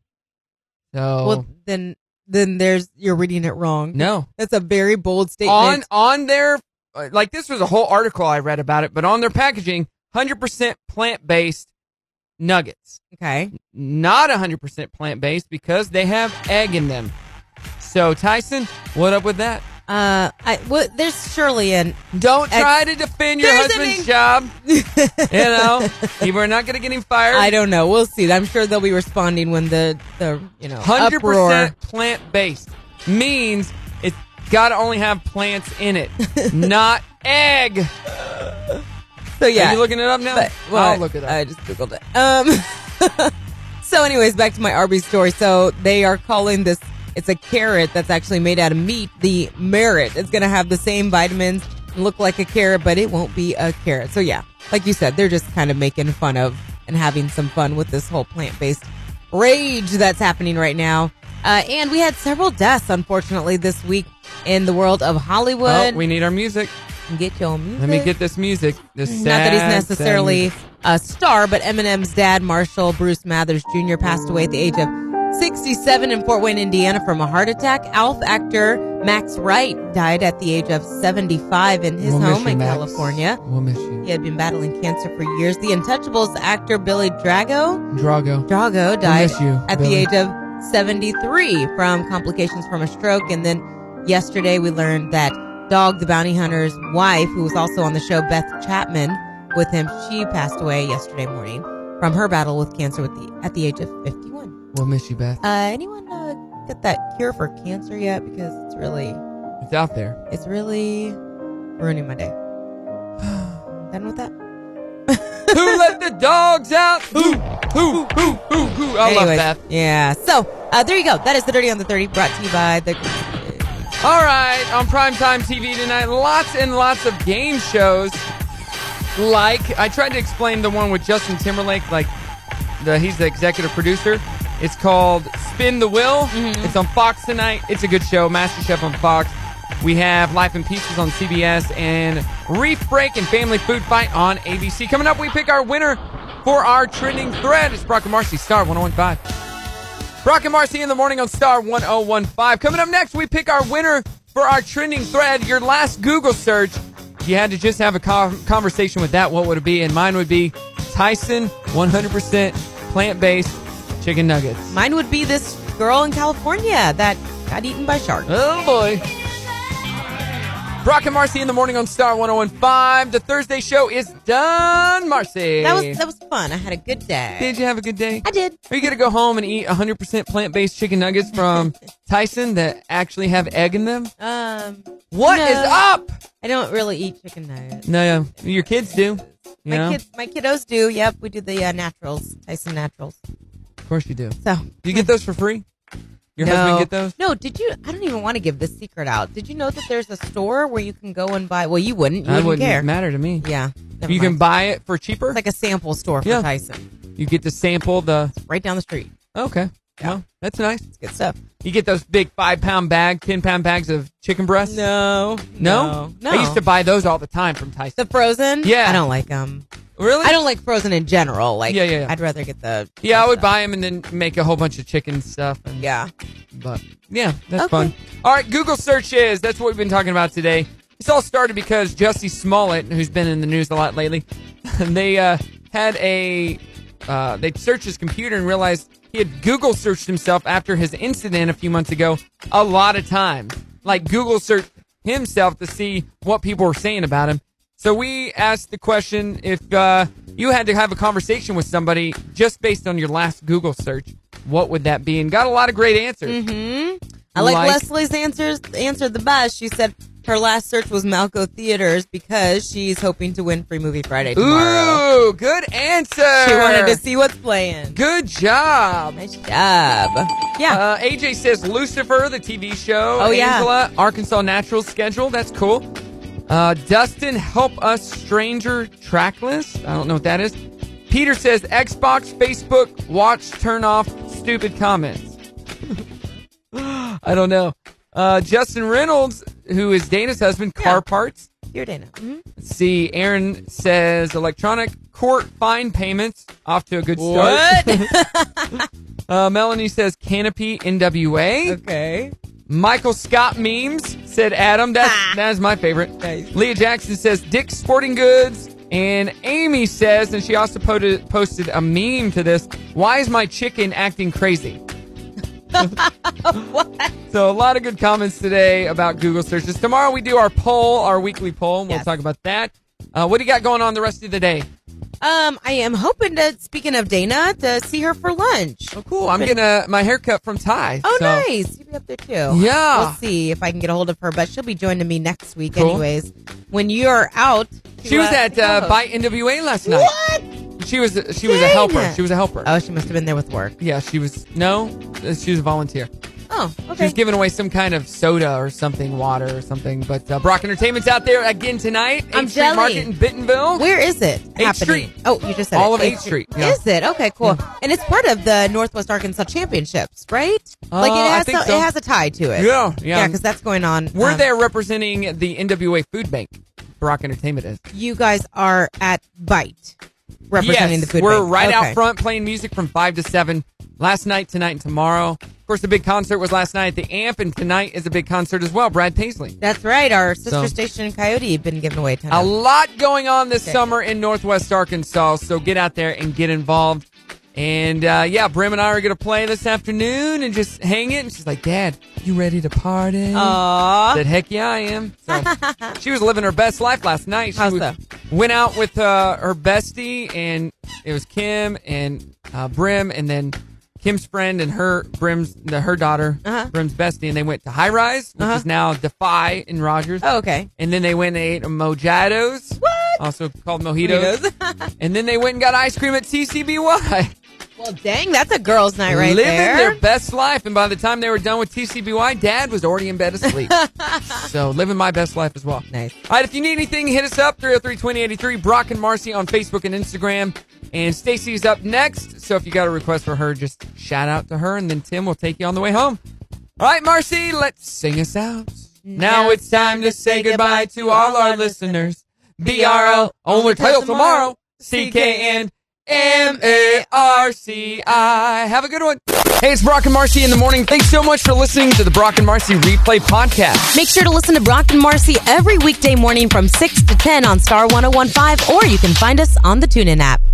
[SPEAKER 2] So
[SPEAKER 3] Well, then then there's you're reading it wrong.
[SPEAKER 2] No.
[SPEAKER 3] that's a very bold
[SPEAKER 2] on
[SPEAKER 3] statement.
[SPEAKER 2] on their uh, like this was a whole article I read about it, but on their packaging, 100% plant based nuggets.
[SPEAKER 3] Okay.
[SPEAKER 2] Not 100% plant based because they have egg in them. So Tyson, what up with that?
[SPEAKER 3] uh, I well, there's surely an
[SPEAKER 2] don't
[SPEAKER 3] try
[SPEAKER 2] to defend your husband's job.
[SPEAKER 3] *laughs*
[SPEAKER 2] You know, you were not going to get him fired.
[SPEAKER 3] I don't know. We'll see. I'm sure they'll be responding when the the you know
[SPEAKER 2] Hundred
[SPEAKER 3] uproar.
[SPEAKER 2] percent plant based means it's got to only have plants in
[SPEAKER 3] *laughs*
[SPEAKER 2] it, not egg.
[SPEAKER 3] So yeah,
[SPEAKER 2] Are you looking it up now?
[SPEAKER 3] But- Uh, well,
[SPEAKER 2] I'll look it up.
[SPEAKER 3] I just googled it. Um. *laughs* so, anyways, back to my Arby's story. So they are calling this. It's a carrot that's actually made out of meat. The merit. It's going to have the same vitamins, look like a carrot, but it won't be a carrot. So yeah, like you said, they're just kind of making fun of and having some fun with this whole plant-based rage that's happening right now. Uh, and we had several deaths, unfortunately, this week in the world of Hollywood.
[SPEAKER 2] Oh, we need our music.
[SPEAKER 3] can get your music.
[SPEAKER 2] Let me get this music. This
[SPEAKER 3] Hmm. Not that he's
[SPEAKER 2] sad,
[SPEAKER 3] necessarily
[SPEAKER 2] sad music.
[SPEAKER 3] a star, but Eminem's dad, Marshall Bruce Mathers Jr., passed away at the age of 67 in Fort Wayne, Indiana, from a heart attack. ALF actor Max Wright died at the age of 75 in his
[SPEAKER 2] We'll miss
[SPEAKER 3] home
[SPEAKER 2] you,
[SPEAKER 3] in
[SPEAKER 2] Max.
[SPEAKER 3] California.
[SPEAKER 2] We'll miss you.
[SPEAKER 3] He had been battling cancer for years. The Untouchables actor Billy Drago
[SPEAKER 2] Drago.
[SPEAKER 3] Drago
[SPEAKER 2] We'll
[SPEAKER 3] died
[SPEAKER 2] miss you,
[SPEAKER 3] at
[SPEAKER 2] Billy.
[SPEAKER 3] the age of 73 from complications from a stroke. And then yesterday we learned that Dog, the bounty hunter's wife, who was also on the show, Beth Chapman, with him, she passed away yesterday morning from her battle with cancer with the, at the age of 51.
[SPEAKER 2] We'll miss you, Beth.
[SPEAKER 3] Uh, anyone uh, get that cure for cancer yet? Because it's really,
[SPEAKER 2] It's out
[SPEAKER 3] *laughs*
[SPEAKER 2] there.
[SPEAKER 3] it's really ruining my day. *sighs* Done with that?
[SPEAKER 2] who let the dogs out? Who? Who? Who? Who? Who? I love
[SPEAKER 3] Anyways,
[SPEAKER 2] that.
[SPEAKER 3] Yeah. So uh, there you go. That is the Dirty on the 30 brought to you by the.
[SPEAKER 2] All right, on primetime TV tonight, lots and lots of game shows. Like I tried to explain the one with Justin Timberlake, like the he's the executive producer. It's called Spin the Wheel. It's on Fox tonight. It's a good show. MasterChef on Fox. We have Life in Pieces on CBS and Reef Break and Family Food Fight on ABC. Coming up, we pick our winner for our trending thread. It's Brock and Marcy Star 1015. Brock and Marcy in the morning on Star 1015. Coming up next, we pick our winner for our trending thread. Your last Google search, if you had to just have a co- conversation with that, what would it be? And mine would be Tyson 100% plant based chicken nuggets.
[SPEAKER 3] Mine would be this girl in California that got eaten by sharks.
[SPEAKER 2] Oh boy. Brock and Marcy in the morning on Star 1015. The Thursday show is done, Marcy.
[SPEAKER 3] That was that was fun. I had a good day.
[SPEAKER 2] Did you have a good day? I
[SPEAKER 3] did.
[SPEAKER 2] Are you going to go home and eat 100% plant based chicken nuggets
[SPEAKER 3] *laughs*
[SPEAKER 2] from Tyson that actually have egg in them?
[SPEAKER 3] Um,
[SPEAKER 2] What
[SPEAKER 3] no,
[SPEAKER 2] is up?
[SPEAKER 3] I don't really eat chicken nuggets.
[SPEAKER 2] No, no, your kids do. You
[SPEAKER 3] My
[SPEAKER 2] know?
[SPEAKER 3] kids, my kiddos do. Yep, we do the uh, naturals, Tyson naturals.
[SPEAKER 2] Of course you do.
[SPEAKER 3] So
[SPEAKER 2] do you get those for free? Your
[SPEAKER 3] no.
[SPEAKER 2] husband get those?
[SPEAKER 3] No, did you? I don't even want to give this secret out. Did you know that there's a store where you can go and buy? Well, you wouldn't. You
[SPEAKER 2] That
[SPEAKER 3] wouldn't,
[SPEAKER 2] wouldn't
[SPEAKER 3] care.
[SPEAKER 2] matter to me.
[SPEAKER 3] Yeah, never
[SPEAKER 2] you
[SPEAKER 3] mind.
[SPEAKER 2] can buy it for cheaper. It's
[SPEAKER 3] like a sample store for
[SPEAKER 2] yeah.
[SPEAKER 3] Tyson.
[SPEAKER 2] You get to sample the
[SPEAKER 3] right down the street.
[SPEAKER 2] Okay. Well, that's nice. It's
[SPEAKER 3] good stuff.
[SPEAKER 2] You get those big five pound bag, ten pound bags of chicken breast.
[SPEAKER 3] No,
[SPEAKER 2] no,
[SPEAKER 3] no,
[SPEAKER 2] I used to buy those all the time from Tyson.
[SPEAKER 3] The frozen.
[SPEAKER 2] Yeah.
[SPEAKER 3] I don't like them.
[SPEAKER 2] Really?
[SPEAKER 3] I don't like frozen in general. Like,
[SPEAKER 2] Yeah, yeah, yeah.
[SPEAKER 3] I'd rather get the.
[SPEAKER 2] Yeah, I would buy them and then make a whole bunch of chicken stuff. And,
[SPEAKER 3] yeah.
[SPEAKER 2] But yeah, that's fun. All right, Google searches. That's what we've been talking about today. This all started because Jussie Smollett, who's been in the news a lot lately, *laughs* they uh, had a. Uh, they searched his computer and realized he had Google searched himself after his incident a few months ago a lot of times. Like Google searched himself to see what people were saying about him. So we asked the question if uh, you had to have a conversation with somebody just based on your last Google search, what would that be? And got a lot of great answers.
[SPEAKER 3] hmm I like,
[SPEAKER 2] Like-
[SPEAKER 3] Leslie's answers. Answered the best. She said her last search was Malco Theaters because she's hoping to win Free Movie Friday tomorrow.
[SPEAKER 2] Ooh, good answer.
[SPEAKER 3] She wanted to see what's playing.
[SPEAKER 2] Good job.
[SPEAKER 3] Nice job.
[SPEAKER 2] Yeah. Uh, AJ says Lucifer, the TV show.
[SPEAKER 3] Oh, yeah.
[SPEAKER 2] Angela, Arkansas Natural Schedule. That's cool. Uh, Dustin, Help Us Stranger Track List. I don't know what that is. Peter says Xbox, Facebook, watch, turn off, stupid comments. *laughs* I don't know. Uh, Justin Reynolds, who is Dana's husband, car parts.
[SPEAKER 3] Dear Dana. Mhm.
[SPEAKER 2] Let's see. Aaron says electronic court fine payments. Off to a good start. *laughs* Uh, Melanie says Canopy NWA.
[SPEAKER 3] *laughs* Okay.
[SPEAKER 2] Michael Scott memes said Adam. That's that is my favorite. Leah Jackson says Dick's Sporting Goods. And Amy says, and she also po- posted a meme to this. Why is my chicken acting crazy? So a lot of good comments today about Google searches. Tomorrow we do our poll, our weekly poll. and We'll talk about that. Uh, what do you got going on the rest of the day?
[SPEAKER 3] Um, I am hoping to. Speaking of Dana, to see her for lunch.
[SPEAKER 2] Oh, cool. I'm getting uh, my haircut from Ty.
[SPEAKER 3] Oh,
[SPEAKER 2] so-
[SPEAKER 3] nice. You'll be up there too.
[SPEAKER 2] Yeah.
[SPEAKER 3] We'll see if I can get a hold of her, but she'll be joining me next week,
[SPEAKER 2] Cool.
[SPEAKER 3] anyways. When you're out,
[SPEAKER 2] She was at uh, Bite NWA last night. What? She was she was a helper.
[SPEAKER 3] Dang.
[SPEAKER 2] She was a helper.
[SPEAKER 3] Oh, she must have been there with work.
[SPEAKER 2] Yeah, she was. No, uh, she was a volunteer.
[SPEAKER 3] Oh,
[SPEAKER 2] She was giving away some kind of soda or something, water or something. But uh, Brock Entertainment's out there again tonight. 8th
[SPEAKER 3] I'm
[SPEAKER 2] Street
[SPEAKER 3] jelly.
[SPEAKER 2] Market in Bentonville.
[SPEAKER 3] Where is it?
[SPEAKER 2] 8th
[SPEAKER 3] happening?
[SPEAKER 2] Street.
[SPEAKER 3] Oh, you just said
[SPEAKER 2] All
[SPEAKER 3] it.
[SPEAKER 2] of 8th Street. yeah.
[SPEAKER 3] Is it okay? Cool. And it's part of the Northwest Arkansas Championships, right? like
[SPEAKER 2] Uh,
[SPEAKER 3] it
[SPEAKER 2] I
[SPEAKER 3] has
[SPEAKER 2] think
[SPEAKER 3] some-
[SPEAKER 2] so.
[SPEAKER 3] it has a tie to it.
[SPEAKER 2] Yeah, yeah.
[SPEAKER 3] because that's going on.
[SPEAKER 2] We're
[SPEAKER 3] um,
[SPEAKER 2] there representing the NWA Food Bank. Barack Entertainment is.
[SPEAKER 3] You guys are at Bite representing
[SPEAKER 2] yes,
[SPEAKER 3] the food.
[SPEAKER 2] We're
[SPEAKER 3] bank.
[SPEAKER 2] right
[SPEAKER 3] Okay.
[SPEAKER 2] out front playing music from five to seven. Last night, tonight, and tomorrow. Of course, the big concert was last night at the Amp, and tonight is a big concert as well. Brad Paisley.
[SPEAKER 3] That's right. Our sister
[SPEAKER 2] So-
[SPEAKER 3] station in Coyote had been given away a ton.
[SPEAKER 2] A
[SPEAKER 3] of-
[SPEAKER 2] lot going on this
[SPEAKER 3] Okay.
[SPEAKER 2] summer in Northwest Arkansas, so get out there and get involved. And uh, yeah, Brim and I are going to play this afternoon and just hang it. And she's like, Dad, you ready to party?
[SPEAKER 3] Uh. Aw.
[SPEAKER 2] Said, heck yeah, I am.
[SPEAKER 3] *laughs*
[SPEAKER 2] So she was living her best life last night. She
[SPEAKER 3] How's
[SPEAKER 2] was-
[SPEAKER 3] that?
[SPEAKER 2] went out with uh, her bestie, and it was Kim and uh, Brim, and then Kim's friend and her Brim's the, her daughter
[SPEAKER 3] Uh-huh.
[SPEAKER 2] Brim's bestie, and they went to High Rise, which is now Defy in Rogers.
[SPEAKER 3] Oh, okay.
[SPEAKER 2] And then they went and ate mojitos, also called mojitos, *laughs* and then they went and got ice cream at TCBY.
[SPEAKER 3] Well, dang, that's a girls' night right
[SPEAKER 2] Living
[SPEAKER 3] there.
[SPEAKER 2] their best life, and by the time they were done with TCBY, Dad was already in bed
[SPEAKER 3] *laughs*
[SPEAKER 2] asleep. so living my best life as well.
[SPEAKER 3] Nice.
[SPEAKER 2] All right, if you need anything, hit us up 303-2083, Brock and Marcy on Facebook and Instagram. And Stacy is up next. So if you got a request for her, just shout out to her and then Tim will take you on the way home. All right, Marcy, let's sing us out. Now it's time to say goodbye to all our listeners. BRO only till tomorrow. CKN M A R C I. Have a good one. Hey, it's Brock and Marcy in the morning. Thanks so much for listening to the Brock and Marcy Replay Podcast.
[SPEAKER 14] Make sure to listen to Brock and Marcy oh every weekday morning from 6 to 10 on Star 1015, or you can find us on the TuneIn app.